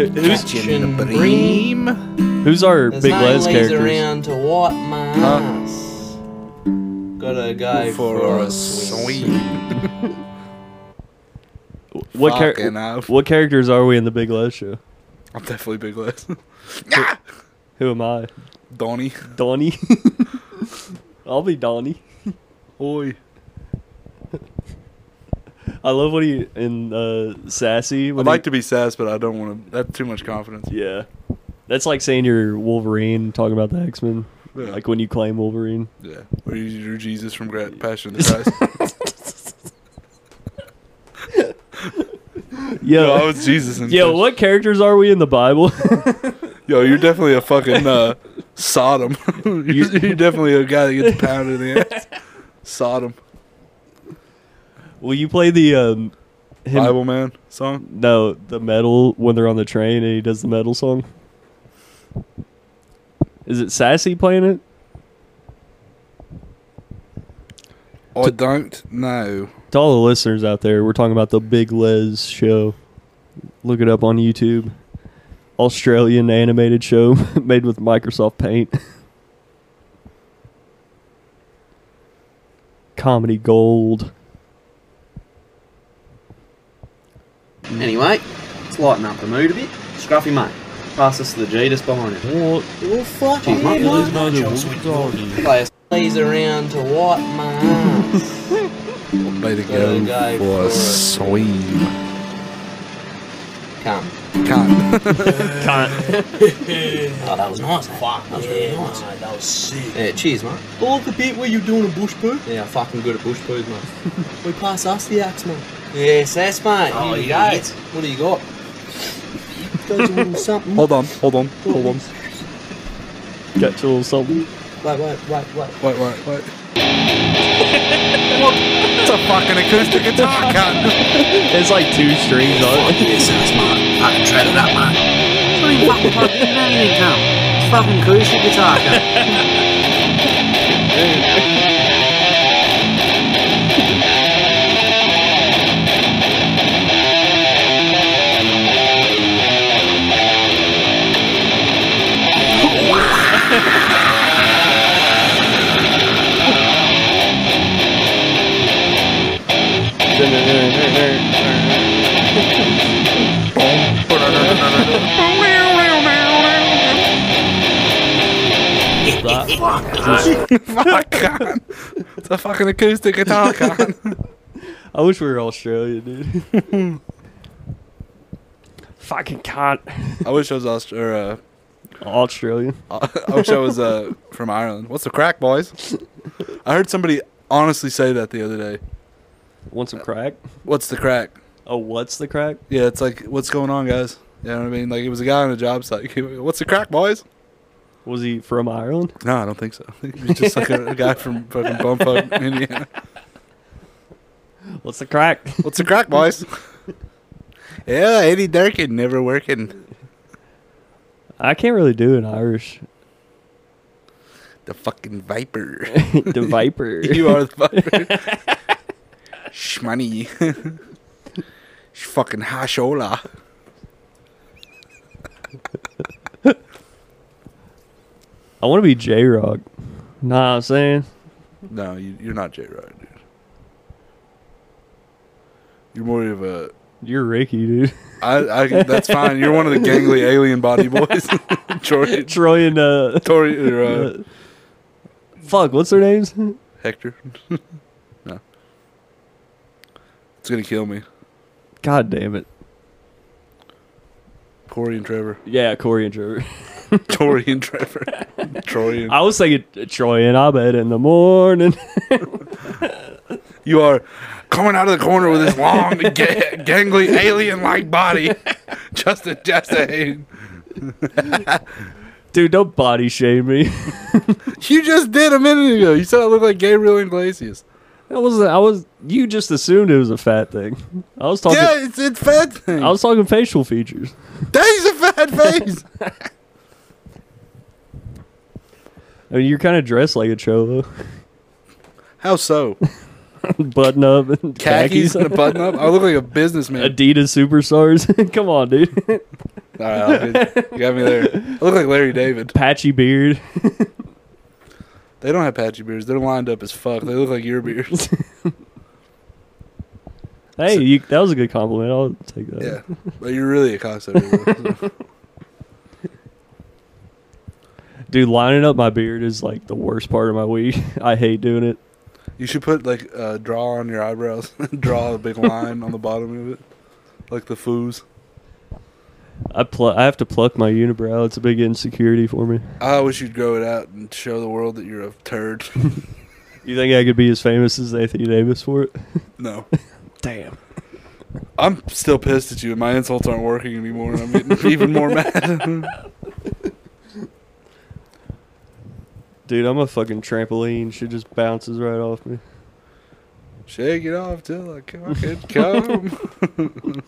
fishing,
Who's,
catching bream.
who's our
There's
Big
no
Les
leaves
characters?
around to wipe my
Huh?
ass. Gotta go for, a swing.
What, char-
Fucking hell.
what characters are we in the Big Les show?
I'm definitely Big Les.
Who am I?
[laughs] Donnie.
Donnie? [laughs] I'll be Donnie.
Oi.
I love when he in uh, Sassy.
I'd
When
like
he-
to be sass, but I don't want to. That's too much confidence.
Yeah. That's like saying you're Wolverine, talking about the X Men.
Yeah.
Like when you claim Wolverine.
Yeah. Or you- you're Jesus from Gra- Passion of the
[laughs]
Christ. Yo, I
Yo,
was Jesus. In
[laughs] yo
Passion.
what characters are we in the Bible? [laughs]
Yo, you're definitely a fucking uh, Sodom. [laughs] you're, you're definitely a guy that gets pounded in the
[laughs]
ass. Sodom.
Will you play the um, him?
Bible man song.
No, the metal when they're on the train and he does the metal song. Is it Sassy playing it?
I don't know.
To all the listeners out there, we're talking about the Big Les show. Look it up on YouTube. Australian animated show [laughs] made with Microsoft Paint. [laughs] Comedy gold.
Anyway, let's lighten up the mood a bit. Scruffy mate, pass us the G just behind it.
What?
Well, fuck it,
Fuck, there's
mate.
no Doggy.
Play us please around to wipe [laughs] my ass.
Way to
Gotta go for a
swing.
Come.
Can't.
Oh, that was nice. mate. That was really nice.
That was sick.
Yeah, cheers, mate.
I like the bit where you're doing a bush poo.
Yeah, I'm fucking good at bush poos, mate.
[laughs] We pass us the axe, man.
yes, that's mate.
Oh,
Here we
yeah.
go. What do you got?
Goes a little something.
hold on, hold on, hold on.
Got you a little something.
Wait, wait, wait, wait.
Wait, wait, wait. it's a fucking acoustic guitar, [laughs] cunt.
It's like two strings on it. [laughs]
Yes, that's mate. Fucking trade it up, mate. It's not even fucking fucking it's not even come. It's fucking acoustic guitar. come.
Fuck, cunt. It's a fucking acoustic guitar, cunt.
I wish we were Australian, dude. [laughs] Fucking can't.
I wish I was Aust- or, uh,
Australian.
I I wish I was uh, from Ireland. What's the crack, boys? I heard somebody honestly say that the other day.
Want some crack?
What's the crack?
Oh, what's the crack?
Yeah, it's like, what's going on, guys? You know what I mean? Like, it was a guy on a job site. [laughs] He went, What's the crack, boys?
Was he from Ireland?
No, I don't think so. [laughs] He was just like [laughs] a, a guy from fucking Bumfuck, Indiana.
What's the crack?
What's the crack, boys? yeah, Eddie Durkin never working.
[laughs] I can't really do an [laughs] Irish.
The fucking viper.
the [laughs] Viper.
[laughs] you are the viper. [laughs] Shmoney. [laughs] Sh- fucking hashola.
I want to be J Rock. Nah, I'm saying.
No, you, you're not J Rod, dude. You're more of a.
You're Ricky, dude. [laughs]
I, I, that's fine. You're one of the gangly alien body boys. [laughs] Troy,
Troy and, uh.
Tori, or, uh,
uh, fuck, what's their names?
Hector. [laughs] no. It's going to kill me.
God damn it.
Corey and [laughs] Trevor.
Yeah, Corey and Trevor.
Tori and Trevor. [laughs] Troy and.
I was thinking uh, Troy and I bet in the [laughs] morning.
You are coming out of the corner with this long, [laughs] ga- gangly, alien like body. [laughs] Justin Chastain.
Dude, don't body shame me.
You just did a minute ago. You said I look like Gabriel Iglesias.
That was I was you just assumed it was a fat thing. I was talking
Yeah, it's, it's fat thing.
I was talking facial features.
That is a fat face.
I mean, you're kind of dressed like a cholo,
[laughs] How so?
[laughs] button up [laughs] and
Khakis
khakis,
and a button up. I look like a businessman.
Adidas superstars. [laughs] Come on, dude.
All right, I'll do it. you got me there. I look like Larry David.
Patchy beard.
They don't have patchy beers. They're lined up as fuck. They look like your beers.
Hey, you, that was a good compliment. I'll take that.
yeah, but you're really a cocksucker. though, so.
Dude, lining up my beard is like the worst part of my week. [laughs] I hate doing it.
You should put like uh, draw on your eyebrows. [laughs] draw a big line on the bottom of it, like the foos.
I pl- I have to pluck my unibrow. It's a big insecurity for me.
I wish you'd grow it out and show the world that you're a turd. [laughs]
You think I could be as famous as Anthony Davis for it? [laughs]
no,
Damn.
I'm still pissed at you, and my insults aren't working anymore, and I'm getting even more mad.
Dude, I'm a fucking trampoline. Shit just bounces right off me.
Shake it off till I come. I can come.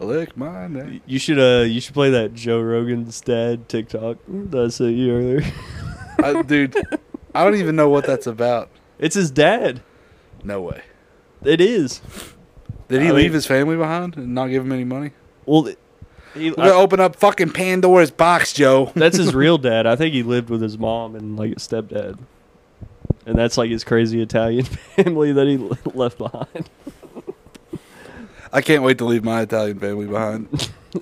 Lick my neck.
Y- You should uh you should play that Joe Rogan's dad TikTok that I sent you earlier. [laughs]
I, dude, I don't even know what that's about.
It's his dad.
No way.
It is.
Did he
I mean-
leave his family behind and not give him any money?
Well, th- he,
We're [laughs] gonna
I-
open up fucking Pandora's box, Joe.
that's his real dad. I think he lived with his mom and like his stepdad, and that's like his crazy Italian [laughs] family that he le- left behind. [laughs]
I can't wait to leave my Italian family behind.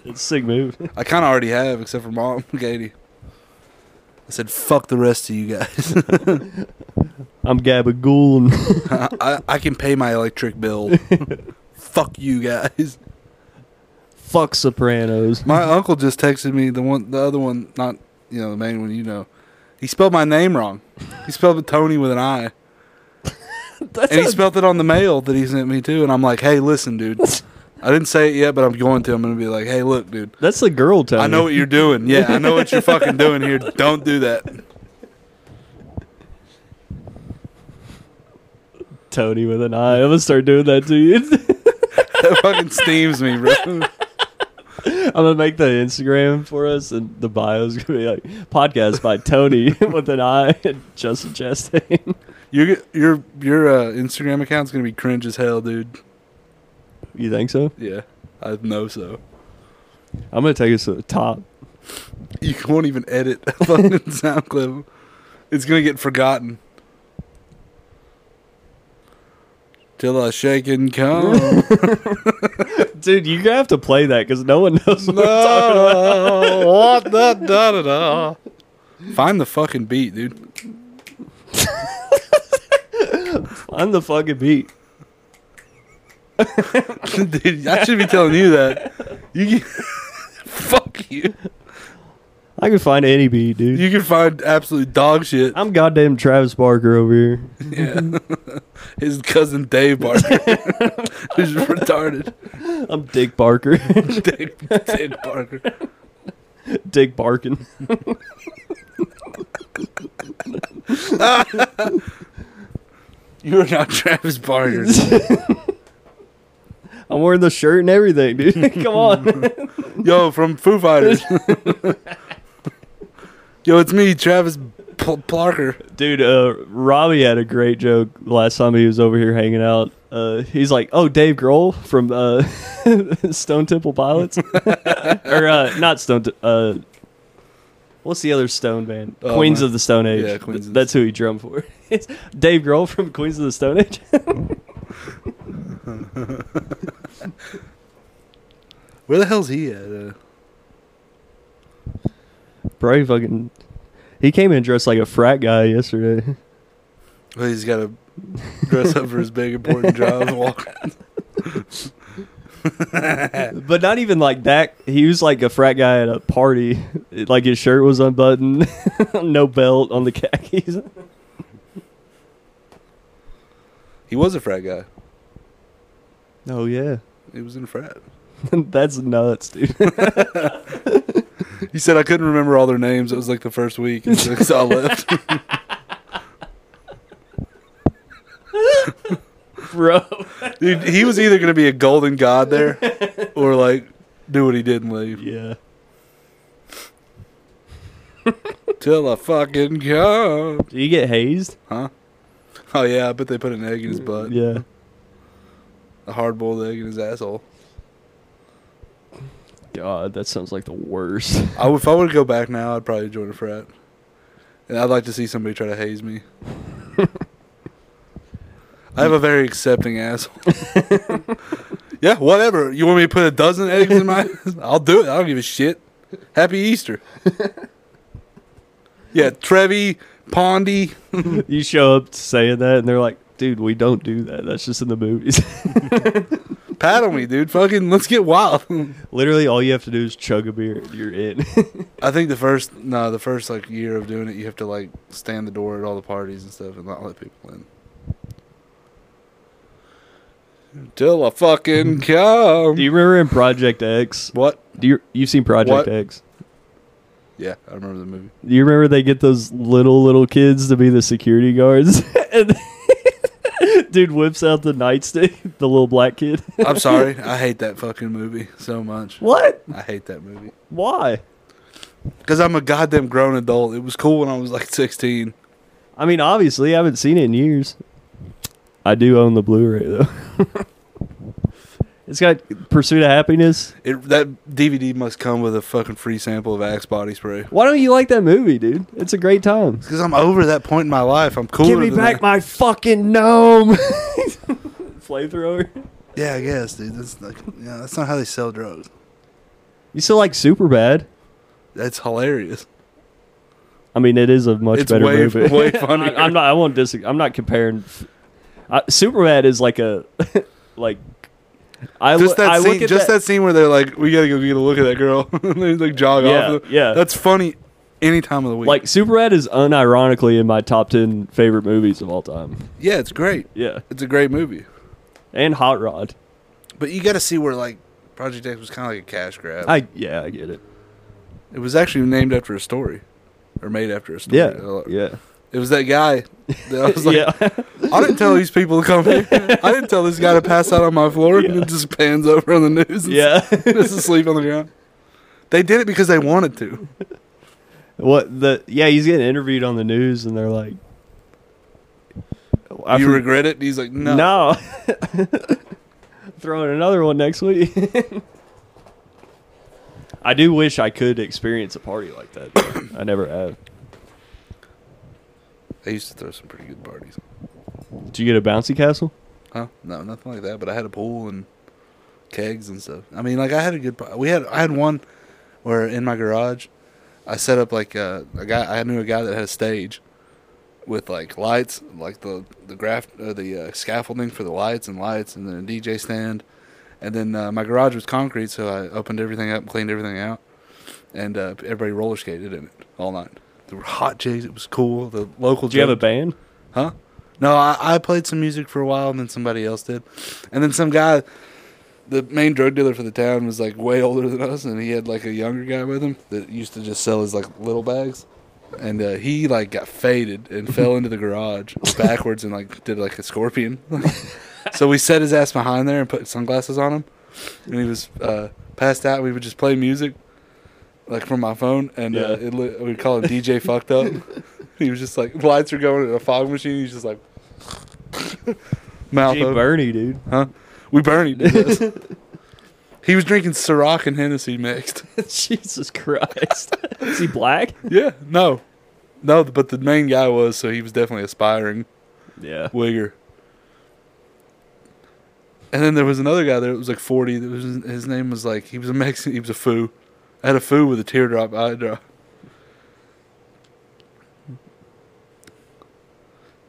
It's a sick move.
I kind of already have, except for mom, [laughs] Katie. I said, "Fuck the rest of you guys. [laughs]
I'm Gabagool.
I, I can pay my electric bill. Fuck you guys."
[laughs] Fuck Sopranos. [laughs]
My uncle just texted me the one, the other one, not you know the main one. You know, he spelled my name wrong. He spelled it Tony with an I,
That's
and he
not-
spelled it on the mail that he sent me too. And I'm like, "Hey, listen, dude. I didn't say it yet, but I'm going to. I'm going to be like, hey, look, dude."
that's the girl Tony.
I know what you're doing. Yeah, I know what you're fucking doing here. Don't do that. [laughs]
Tony with an eye. I'm gonna start doing that to you. [laughs]
That fucking steams me, bro.
I'm gonna make the Instagram for us, and the bio's gonna be like podcast by Tony [laughs] with an eye and Justin Chastain.
Your your your uh, Instagram account's gonna be cringe as hell, dude.
[laughs] You think so?
Yeah, I know so.
I'm gonna take us to the top.
You won't even edit a fucking [laughs] sound clip. It's gonna get forgotten. Till I shake and come.
Dude, you have to play that because no one
[laughs]
knows what we're talking about.
no, what the da da da. Find the fucking beat, dude.
I'm the fucking beat.
[laughs] dude, I should be telling you that. You can- [laughs] fuck you.
I can find any beat, dude.
You can find absolute dog shit.
I'm goddamn Travis Barker over here. [laughs]
Yeah. His cousin Dave [laughs] Barker. Who's retarded.
I'm Dick Barker. [laughs]
Dick, Dick Barker.
Dick Barkin.
You are not Travis Barker.
I'm wearing the shirt and everything, dude. [laughs] Come on.
Yo, from Foo [laughs] Fighters. Yo, it's me, Travis Pl- Plarker.
Dude, uh, Robbie had a great joke last time he was over here hanging out. Uh, he's like, "Oh, Dave Grohl from uh, [laughs] Stone
[laughs]
Temple Pilots, or uh, not Stone. T- uh, what's the other Stone band?
Oh,
Queens
my-
of the Stone Age.
Yeah, Queens of the-
That's who he drummed for. [laughs] it's Dave Grohl from Queens of the Stone Age. [laughs]
Where the hell's he at? Uh,
Bro, he fucking, he came in dressed like a frat guy yesterday.
well, he's got to dress up for his big important job and walk.
[laughs] But not even like that. He was like a frat guy at a party. Like his shirt was unbuttoned, [laughs] no belt on the khakis.
He was a frat guy.
Oh yeah, [laughs]
He was in a frat.
that's nuts, dude.
He said I couldn't remember all their names. It was like the first week, and so so I
[laughs]
left.
[laughs] Bro,
Dude, he was either going to be a golden god there, or like do what he did and leave.
yeah,
Till I fucking go.
do you get hazed?
Huh? Oh yeah, I bet they put an egg in his butt.
Yeah,
A hard boiled egg in his asshole.
God, that sounds like the worst.
I, would- if I would go back now, I'd probably join a frat. and I'd like to see somebody try to haze me. I have a very accepting asshole. [laughs] yeah, whatever. You want me to put a dozen eggs in my? [laughs] I'll do it. I don't give a shit. Happy Easter. Yeah, Trevi, Pondy.
[laughs] You show up saying that, and they're like, "Dude, we don't do that. That's just in the movies." [laughs]
Paddle me, dude. Fucking, let's get wild. [laughs]
Literally, all you have to do is chug a beer, and you're in. [laughs]
I think the first, no, the first like year of doing it, you have to like stand the door at all the parties and stuff and not let people in. Till I [laughs] fucking come.
do you remember in Project X?
what?
Do you you've seen Project
What?
X?
Yeah, I remember the movie.
Do you remember they get those little little kids to be the security guards? [laughs] and dude whips out the nightstick, [laughs] the little black kid. [laughs]
[laughs] I'm sorry. I hate that fucking movie so much.
What?
I hate that movie.
Why?
Because I'm a goddamn grown adult. It was cool when I was like 16.
I mean, obviously, I haven't seen it in years. I do own the Blu-ray though. [laughs] it's got Pursuit of Happiness.
It, that DVD must come with a fucking free sample of Axe Body Spray.
Why don't you like that movie, dude? It's a great time.
Because I'm over that point in my life. I'm cool.
Give me back my fucking [laughs] gnome. Flamethrower.
Yeah, I guess, dude. That's like, yeah, that's not how they sell drugs.
You still like Super Bad?
That's hilarious.
I mean, it is a much
it's
better
way, [laughs]
movie.
way funnier.
[laughs] I, am not. I won't disagree. I'm not comparing. I, Superbad is like a [laughs] like. I
just
loo- I
that
look
scene,
at
just that. scene where they're like, "We gotta go get a look at that girl," [laughs] and they like jog
Yeah,
off.
yeah.
That's funny. Any time of the week.
Like Superbad is unironically in my top ten favorite movies of all time.
yeah, it's great.
Yeah,
It's a great movie.
and Hot Rod.
But you got to see where like Project X was kind of like a cash grab.
I yeah, I get it.
it was actually named after a story, or made after a story.
Yeah, yeah,
It was that guy. That I was like,
yeah.
I didn't tell these people to come
[laughs]
here. I didn't tell this guy to pass out on my floor, and
Yeah.
it just pans over on the news. And
[laughs] yeah.
[laughs] just asleep on the ground. They did it because they wanted to.
what the? Yeah, he's getting interviewed on the news, and they're like, I
you
for-
regret it? And he's like, no.
no. [laughs] Throwing another one next week. [laughs] I do wish I could experience a party like that. though. I never have.
I used to throw some pretty good parties.
Did you get a bouncy castle?
Huh? No, nothing like that. But I had a pool and kegs and stuff. I mean, like I had a good. par- We had I had one where in my garage, I set up like a, a guy. I knew a guy that had a stage with like lights, like the the graph, uh, the uh, scaffolding for the lights and lights, and then a DJ stand, and then uh, my garage was concrete, so I opened everything up, cleaned everything out, and uh, everybody roller skated in it all night. There were hot jigs. It was cool. The local.
Did you have a
judge-
band?
Huh? No, I, I played some music for a while, and then somebody else did, and then some guy, the main drug dealer for the town, was like way older than us, and he had like a younger guy with him that used to just sell his like little bags, and uh, he like got faded and fell into the garage backwards and like did like a scorpion. [laughs] so we set his ass behind there and put sunglasses on him, and he was uh, passed out. We would just play music. Like from my phone, and
Yeah.
uh, it li- we call him DJ fucked up. He was just like lights were going in a fog machine. He's just like mouth
Gee,
open.
Bernie, dude.
Huh? We Bernie did this. [laughs] he was drinking Ciroc and Hennessy mixed.
[laughs] Jesus Christ. Is he black?
yeah, no, no, but the main guy was so he was definitely aspiring
Yeah.
wigger. And then there was another guy there. It was like forty. That was his name was like he was a Mexican. He was a foo. I had a foo with a teardrop eye drop.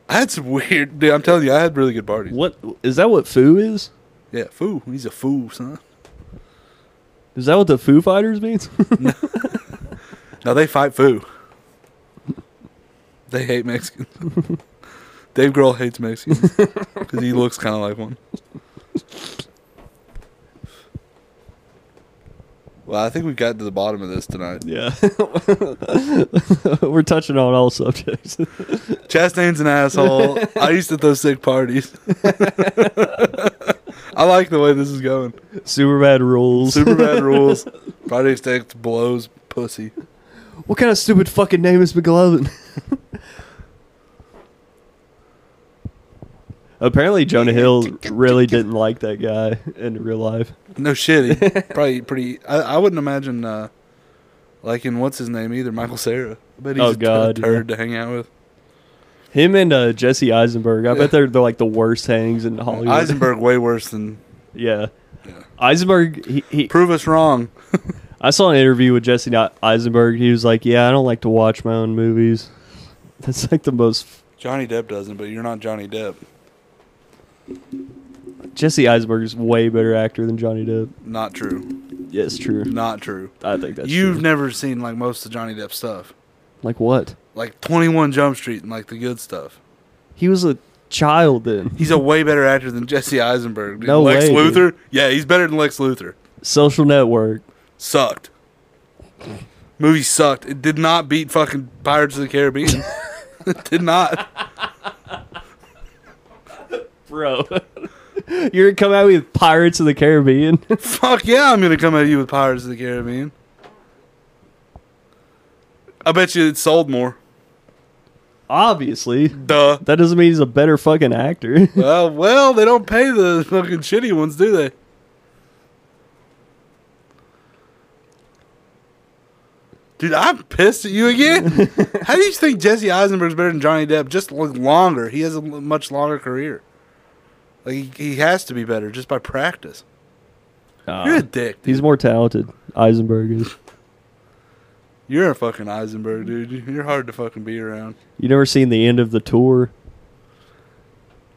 I had some weird, dude. I'm telling you, I had really good parties.
What is that what foo is?
Yeah, foo. He's a foo, son.
Is that what the Foo Fighters means? [laughs]
No, they fight foo. they hate Mexicans. Dave Grohl hates Mexicans because he looks kind of like one. Well, I think we got to the bottom of this tonight.
yeah. [laughs] We're touching on all subjects. [laughs]
Chastain's an asshole. I used to throw sick parties. I like the way this is going.
Super bad rules.
Super bad rules. Project X blows pussy.
what kind of stupid fucking name is McLovin? [laughs] Apparently Jonah Hill really didn't like that guy in real life.
No shit. He probably pretty. I, I wouldn't imagine uh, like in what's his name either, Michael Sarah. I bet he's
Oh,
a t-
God, yeah.
turd to hang out with.
Him and uh, Jesse Eisenberg. I
Yeah.
bet they're, they're like the worst hangs in Hollywood.
Eisenberg way worse than
[laughs] yeah. Eisenberg, he, he,
prove us wrong.
I saw an interview with Jesse Ni- Eisenberg. He was like, "Yeah, I don't like to watch my own movies." [laughs] That's like the most
Johnny Depp doesn't, but you're not Johnny Depp.
Jesse Eisenberg is way better actor than Johnny Depp.
Not true.
Yeah, it's true.
Not true.
I think that's
You've
true.
never seen like most of Johnny Depp stuff,
like what?
like Twenty One Jump Street and like the good stuff.
He was a
[laughs]
child then.
He's a way better actor than Jesse Eisenberg. dude.
No
Lex
way, dude.
Luthor. Yeah, he's better than Lex Luthor.
Social Network.
Sucked. Movie sucked. It did not beat fucking Pirates of the Caribbean. it did not.
Bro. [laughs] You're gonna come at me with Pirates of the Caribbean. [laughs]
Fuck yeah, I'm gonna come at you with Pirates of the Caribbean. I bet you it sold more.
Obviously.
Duh.
That doesn't mean he's a better fucking actor. [laughs]
Well, well, they don't pay the fucking shitty ones, do they? Dude, I'm pissed at you
[laughs]
again. How do you think Jesse Eisenberg's better than Johnny Depp? Just like longer. He has a l- much longer career. Like he, he has to be better just by practice. You're a
Uh,
dick. Dude.
he's more talented. Eisenberg is.
You're a fucking Eisenberg, dude. You- You're hard to fucking be around.
You never seen the end of the tour?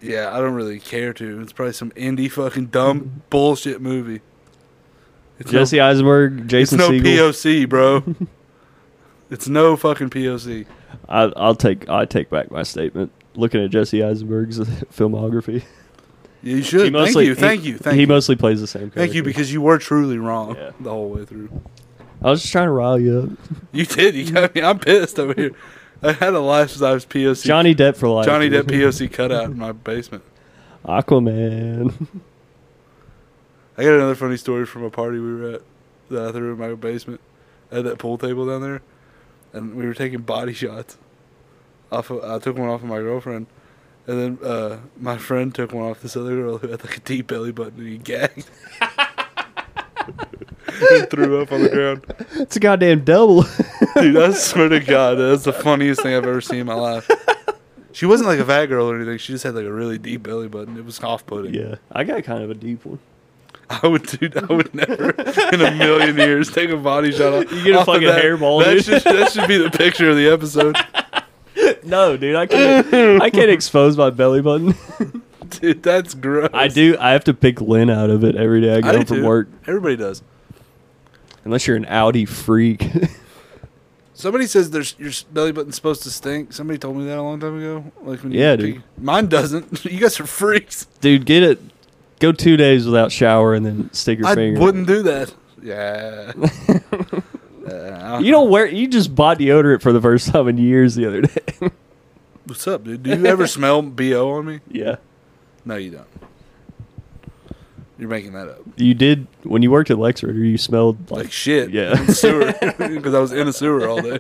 Yeah, I don't really care to. It's probably some indie fucking
[laughs]
dumb bullshit movie. It's no-
Jesse Eisenberg,
It's
Jason
no
Segel.
POC, bro. [laughs] it's no fucking POC.
I, I'll take I take back my statement. Looking at Jesse Eisenberg's [laughs] filmography,
You should.
He
thank
mostly-
you. Thank you. Thank
he
you.
mostly plays the same. Character.
thank you because you were truly wrong
Yeah.
the whole way through.
I was just trying to rile you up.
You did. You got me. I'm pissed over here. I had a life size POC.
Johnny Depp for life.
Johnny Depp
dude.
POC cutout in my basement.
Aquaman. [laughs]
I got another funny story from a party we were at that I threw in my basement at that pool table down there, and we were taking body [laughs] shots. Off of, I took one off of my girlfriend, and then uh, my friend took one off this other girl who had like a deep belly button and he gagged. [laughs] and threw up on the ground.
It's a goddamn double. [laughs]
Dude, I swear to God, that's the funniest thing I've ever seen in my life. She wasn't like a fat girl or anything. She just had like a really deep belly button. It was off putting.
yeah, I got kind of a deep one.
[laughs] I would, dude. I would never in a million years take a body shot. Off,
You get a
off of
fucking
that.
hairball,
That
dude.
should, that should be the picture of the episode, [laughs]
No, dude, I can't. I can't expose my belly button. [laughs]
dude. That's gross.
I do. I have to pick Lynn out of it every day I
I
go
do
from
too.
work.
Everybody does.
Unless you're an Audi freak. [laughs]
Somebody says there's your s- belly button's supposed to stink. Somebody told me that a long time ago. Like when
Yeah,
you
dude.
pee. Mine doesn't. [laughs] You guys are freaks.
dude, get it. Go two days without shower and then stick your
I
finger.
wouldn't do that. Yeah. Uh,
[laughs] You don't wear. You just bought deodorant for the first time in years the other day. [laughs]
what's up, dude? Do you ever smell bo on me?
yeah,
No, you don't. You're making that up.
you did when you worked at Lex Ritter. You smelled
like
like
shit.
Yeah.
in sewer [laughs] because I was in a sewer all day.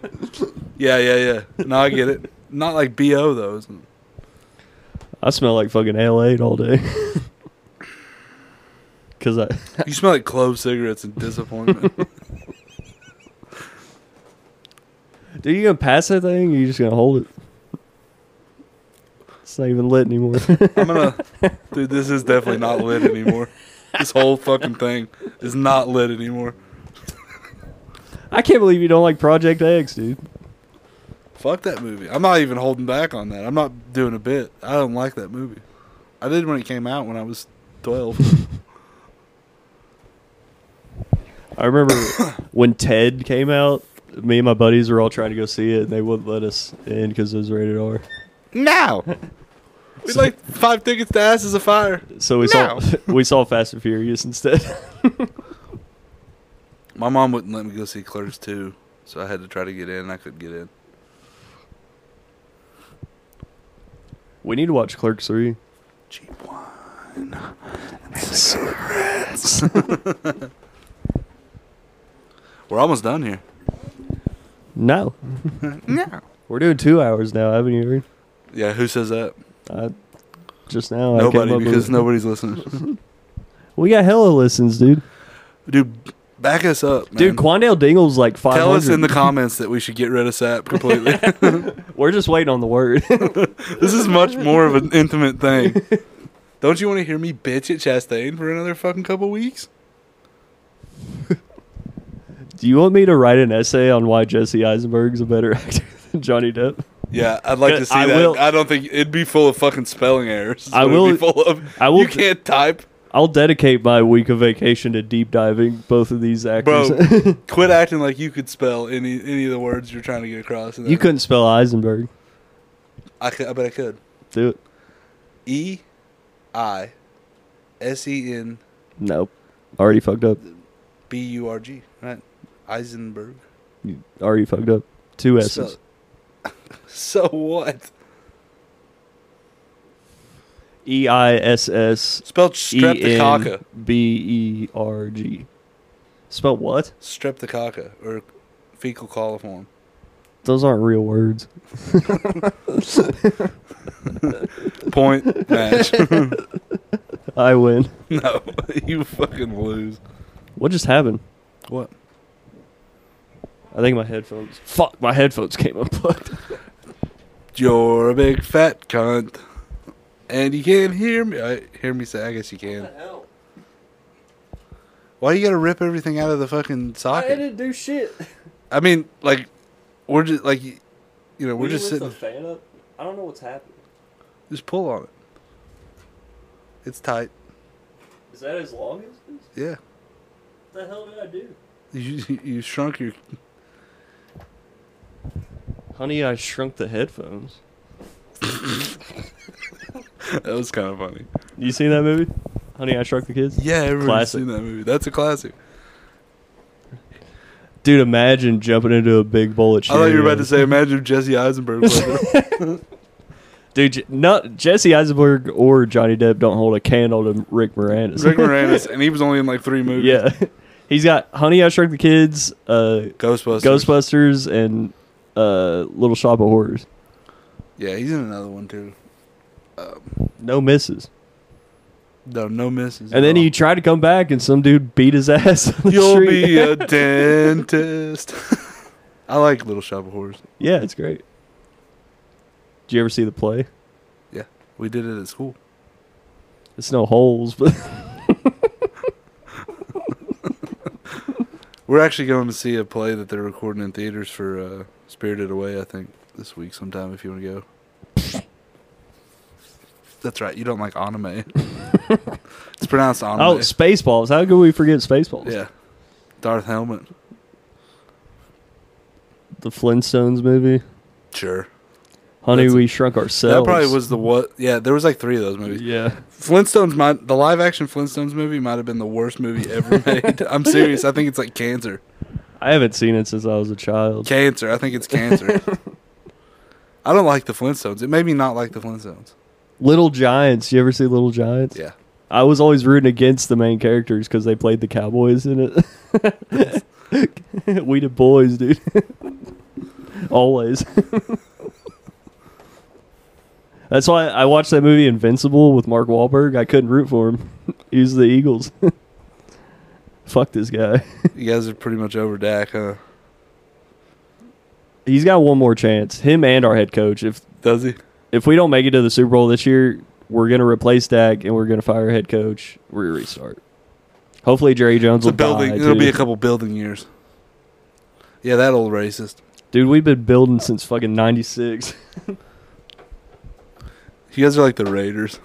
Yeah, yeah, yeah. No, I get it. Not like bo though. Isn't it?
I smell like fucking L8 all day. [laughs] Cause I
You smell like clove cigarettes and disappointment.
dude, you gonna pass that thing? Or you just gonna hold it? It's not even lit anymore. [laughs]
I'm gonna, dude. This is definitely not lit anymore. This whole fucking thing is not lit anymore.
I can't believe you don't like Project X, dude.
Fuck that movie. I'm not even holding back on that. I'm not doing a bit. I don't like that movie. I did when it came out when I was 12.
I remember [coughs] when Ted came out. Me and my buddies were all trying to go see it, and they wouldn't let us in because it was rated R.
[laughs] now. We like five tickets to Asses of Fire.
So we saw [laughs] we saw Fast and Furious instead. [laughs]
My mom wouldn't let me go see Clerks 2, so I had to try to get in. I couldn't get in.
we need to watch Clerks Three.
Cheap We're almost done here.
No,
No.
we're doing two hours now. Haven't you heard?
Yeah, who says that?
I, just now, I came
Nobody,
up with [laughs]
because
it.
nobody's listening.
We got hella listens, dude.
Dude, Back us up, man.
Dude, Quandale Dingle's like 500.
Tell us in the comments that we should get rid of SAP
[laughs]
completely. [laughs]
We're just waiting on the word. [laughs]
this is much more of an intimate thing. Don't you want to hear me bitch at Chastain for another fucking couple weeks?
Do you want me to write an essay on why Jesse Eisenberg's a better [laughs] actor than Johnny Depp?
Yeah, I'd like to see
Uh, I
that.
will-
I don't think it'd be full of fucking spelling errors. is
I
what it'd
will-
Be full of.
I will-
You can't type,
I'll dedicate my week of vacation to deep diving both of these actors.
bro.
[laughs]
quit acting like you could spell any any of the words you're trying to get across.
you couldn't spell Eisenberg.
I could. I bet I could.
Do it.
E, I, S E N
Nope. Already fucked up.
B U R G. Right. Eisenberg. [laughs]
You already fucked up. Two S's.
So what?
E I S S
Spelled
E
streptococca.
N B E R G. Spell what?
Streptococca or fecal coliform.
Those aren't real words.
[laughs] Point match.
I win.
no, you fucking lose.
What just happened?
What?
I think my headphones. Fuck, my headphones came [laughs] unplugged.
You're a big fat cunt, and you can't hear me. I hear me say. I guess you can. Why you gotta rip everything out of the fucking socket?
do shit.
I, mean, like, we're just like, you know, we're just sitting.
fan up. I don't know what's happening.
Just pull on it. It's tight.
Is that as long as this?
Yeah.
What the hell did I do?
You [laughs] you shrunk your.
Honey, I shrunk the headphones.
That was kind of funny.
You seen that movie? Honey, I shrunk the kids.
Yeah, everyone's
Classic.
seen that movie. That's a classic.
Dude, imagine jumping into a big bowl of
I thought you were about to
Cheerios.
say, imagine if Jesse Eisenberg
[laughs]
was there.
Dude, J- no, Jesse Eisenberg or Johnny Depp don't hold a candle to Rick Moranis. [laughs]
Rick Moranis, and he was only in like three movies.
yeah, he's got Honey, I Shrunk the Kids, uh,
Ghostbusters.
Ghostbusters, and uh, Little Shop of Horrors.
Yeah, he's in another one too.
No misses.
No, no misses.
And
at
then
all.
he tried to come back, and some dude beat his [laughs] ass. On the
You'll
street.
be a dentist. [laughs] I like Little Shop of Horrors.
[laughs] yeah, it's great. Did you ever see the play?
Yeah, we did it at school.
It's no
[laughs]
holes, but
We're actually going to see a play that they're recording in theaters for uh, Spirited Away. I think this week sometime if you want to go. That's right. You don't like
[laughs]
anime. it's pronounced anime.
oh, Spaceballs! How could we forget Spaceballs?
yeah. Darth Helmet.
The Flintstones movie,
Sure.
Honey,
That's-
we shrunk ourselves.
That probably was the what? Yeah, there was like three of those movies.
Yeah.
Flintstones might the live action Flintstones movie might have been the worst movie [laughs] ever made. I'm serious. I think it's like cancer.
I haven't seen it since I was a child.
Cancer. I think it's [laughs] cancer. I don't like the Flintstones. It made me not like the Flintstones.
Little Giants. You ever see Little Giants?
Yeah.
I was always rooting against the main characters because they played the Cowboys in it. [laughs] we the boys, dude. [laughs] always. [laughs] That's why I watched that movie Invincible with Mark Wahlberg. I couldn't root for him. [laughs] he was the Eagles. [laughs] Fuck this guy. [laughs]
You guys are pretty much over Dak, huh?
He's got one more chance. Him and our head coach. If
Does he?
if we don't make it to the Super Bowl this year, we're gonna replace Dak and we're gonna fire head coach. We restart. Hopefully Jerry Jones
It's a
will
building.
die.
It'll
too.
be a couple building years. Yeah, that old racist.
Dude, we've been building since fucking '96.
You guys are like the Raiders.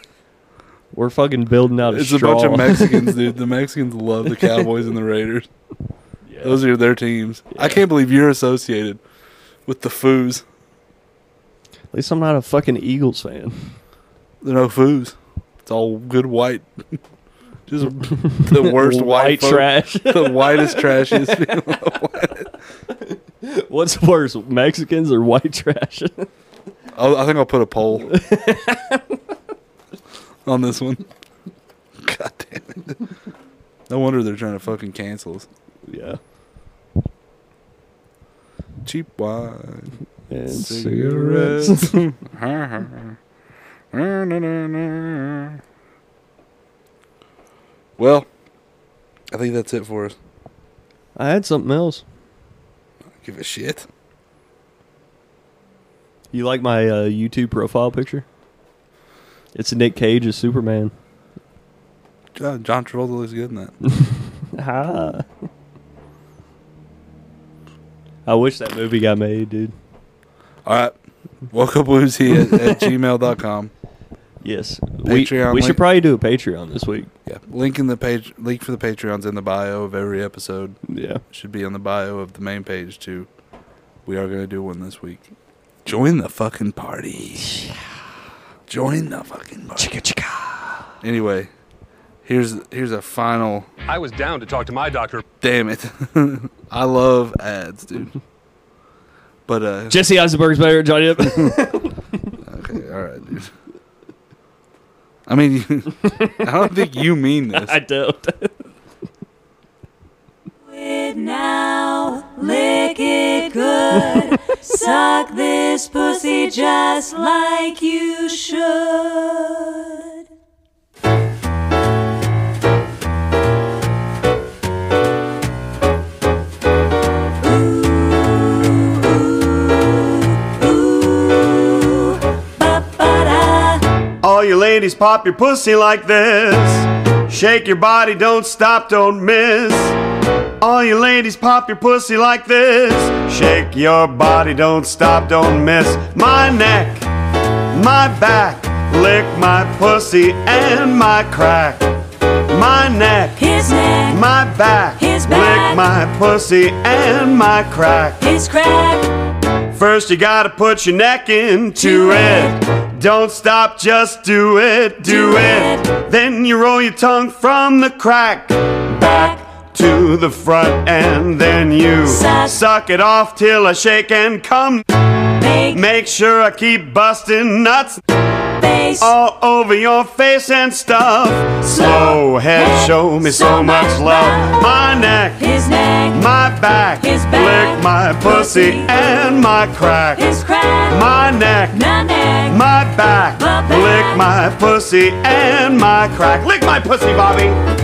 [laughs] We're fucking building out of
It's
straw.
a bunch of Mexicans, dude. The Mexicans love the Cowboys
[laughs]
and the Raiders.
Yeah.
Those are their teams.
Yeah.
I can't believe you're associated with the Foos.
[laughs] At least I'm not a fucking Eagles fan.
They're no Foos. It's all good white. [laughs] Just the worst white, folk.
trash. [laughs]
The whitest, trashiest people.
What's worse, Mexicans or white trash? [laughs]
I'll, I think I'll put a poll on this one. God damn it. No wonder they're trying to fucking cancel us.
yeah.
Cheap wine.
And cigarettes. [laughs]
Cigarettes.
[laughs]
well,
I think that's it for us.
I had something else.
Give a shit.
You like my uh, YouTube profile picture? It's Nick Cage as Superman. [laughs]
John, John Travolta looks good in that.
Ah. I wish that movie got made, dude.
All right. Woke up woozy at, [laughs] at gmail.com.
Yes. We,
Patreon
we should
link.
probably do a Patreon this week.
Yeah. Link in the page link for the Patreon's in the bio of every episode.
Yeah.
Should be on the bio of the main page too. We are gonna do one this week. Join the fucking party. Join the fucking party. Anyway, here's here's a final
I was down to talk to my doctor.
damn it. [laughs] I love ads, dude. But uh
Jesse Eisenberg's better at Johnny [laughs] Depp.
okay, all right, dude. I mean, [laughs] I don't think you mean this.
[laughs] I don't.
it now, lick
[laughs]
it good. Suck this pussy just like you should. Ooh, ooh, ooh, ba-ba-da.
All you ladies, pop your pussy like this. Shake your body, don't stop, don't miss. All you ladies, pop your pussy like this. Shake your body, don't stop, don't miss. My neck, my back, lick my pussy and my crack. My neck,
His neck,
my back,
His
lick
back.
my pussy and my crack.
his crack.
First, you gotta put your neck into
Do
it. Don't stop, just do it, do,
Do
it.
it.
Then you roll your tongue from the crack back to the front, and then you
Suck.
suck it off till I shake and come.
Make,
Make sure I keep busting nuts
face.
all over your face and stuff. Slow head, show me so, much love. My neck.
His neck,
My back,
His back.
lick my pussy
Pussy.
and my crack.
his crack,
My neck,
my neck,
my back,
My back.
lick my pussy and my crack. Lick my pussy, Bobby.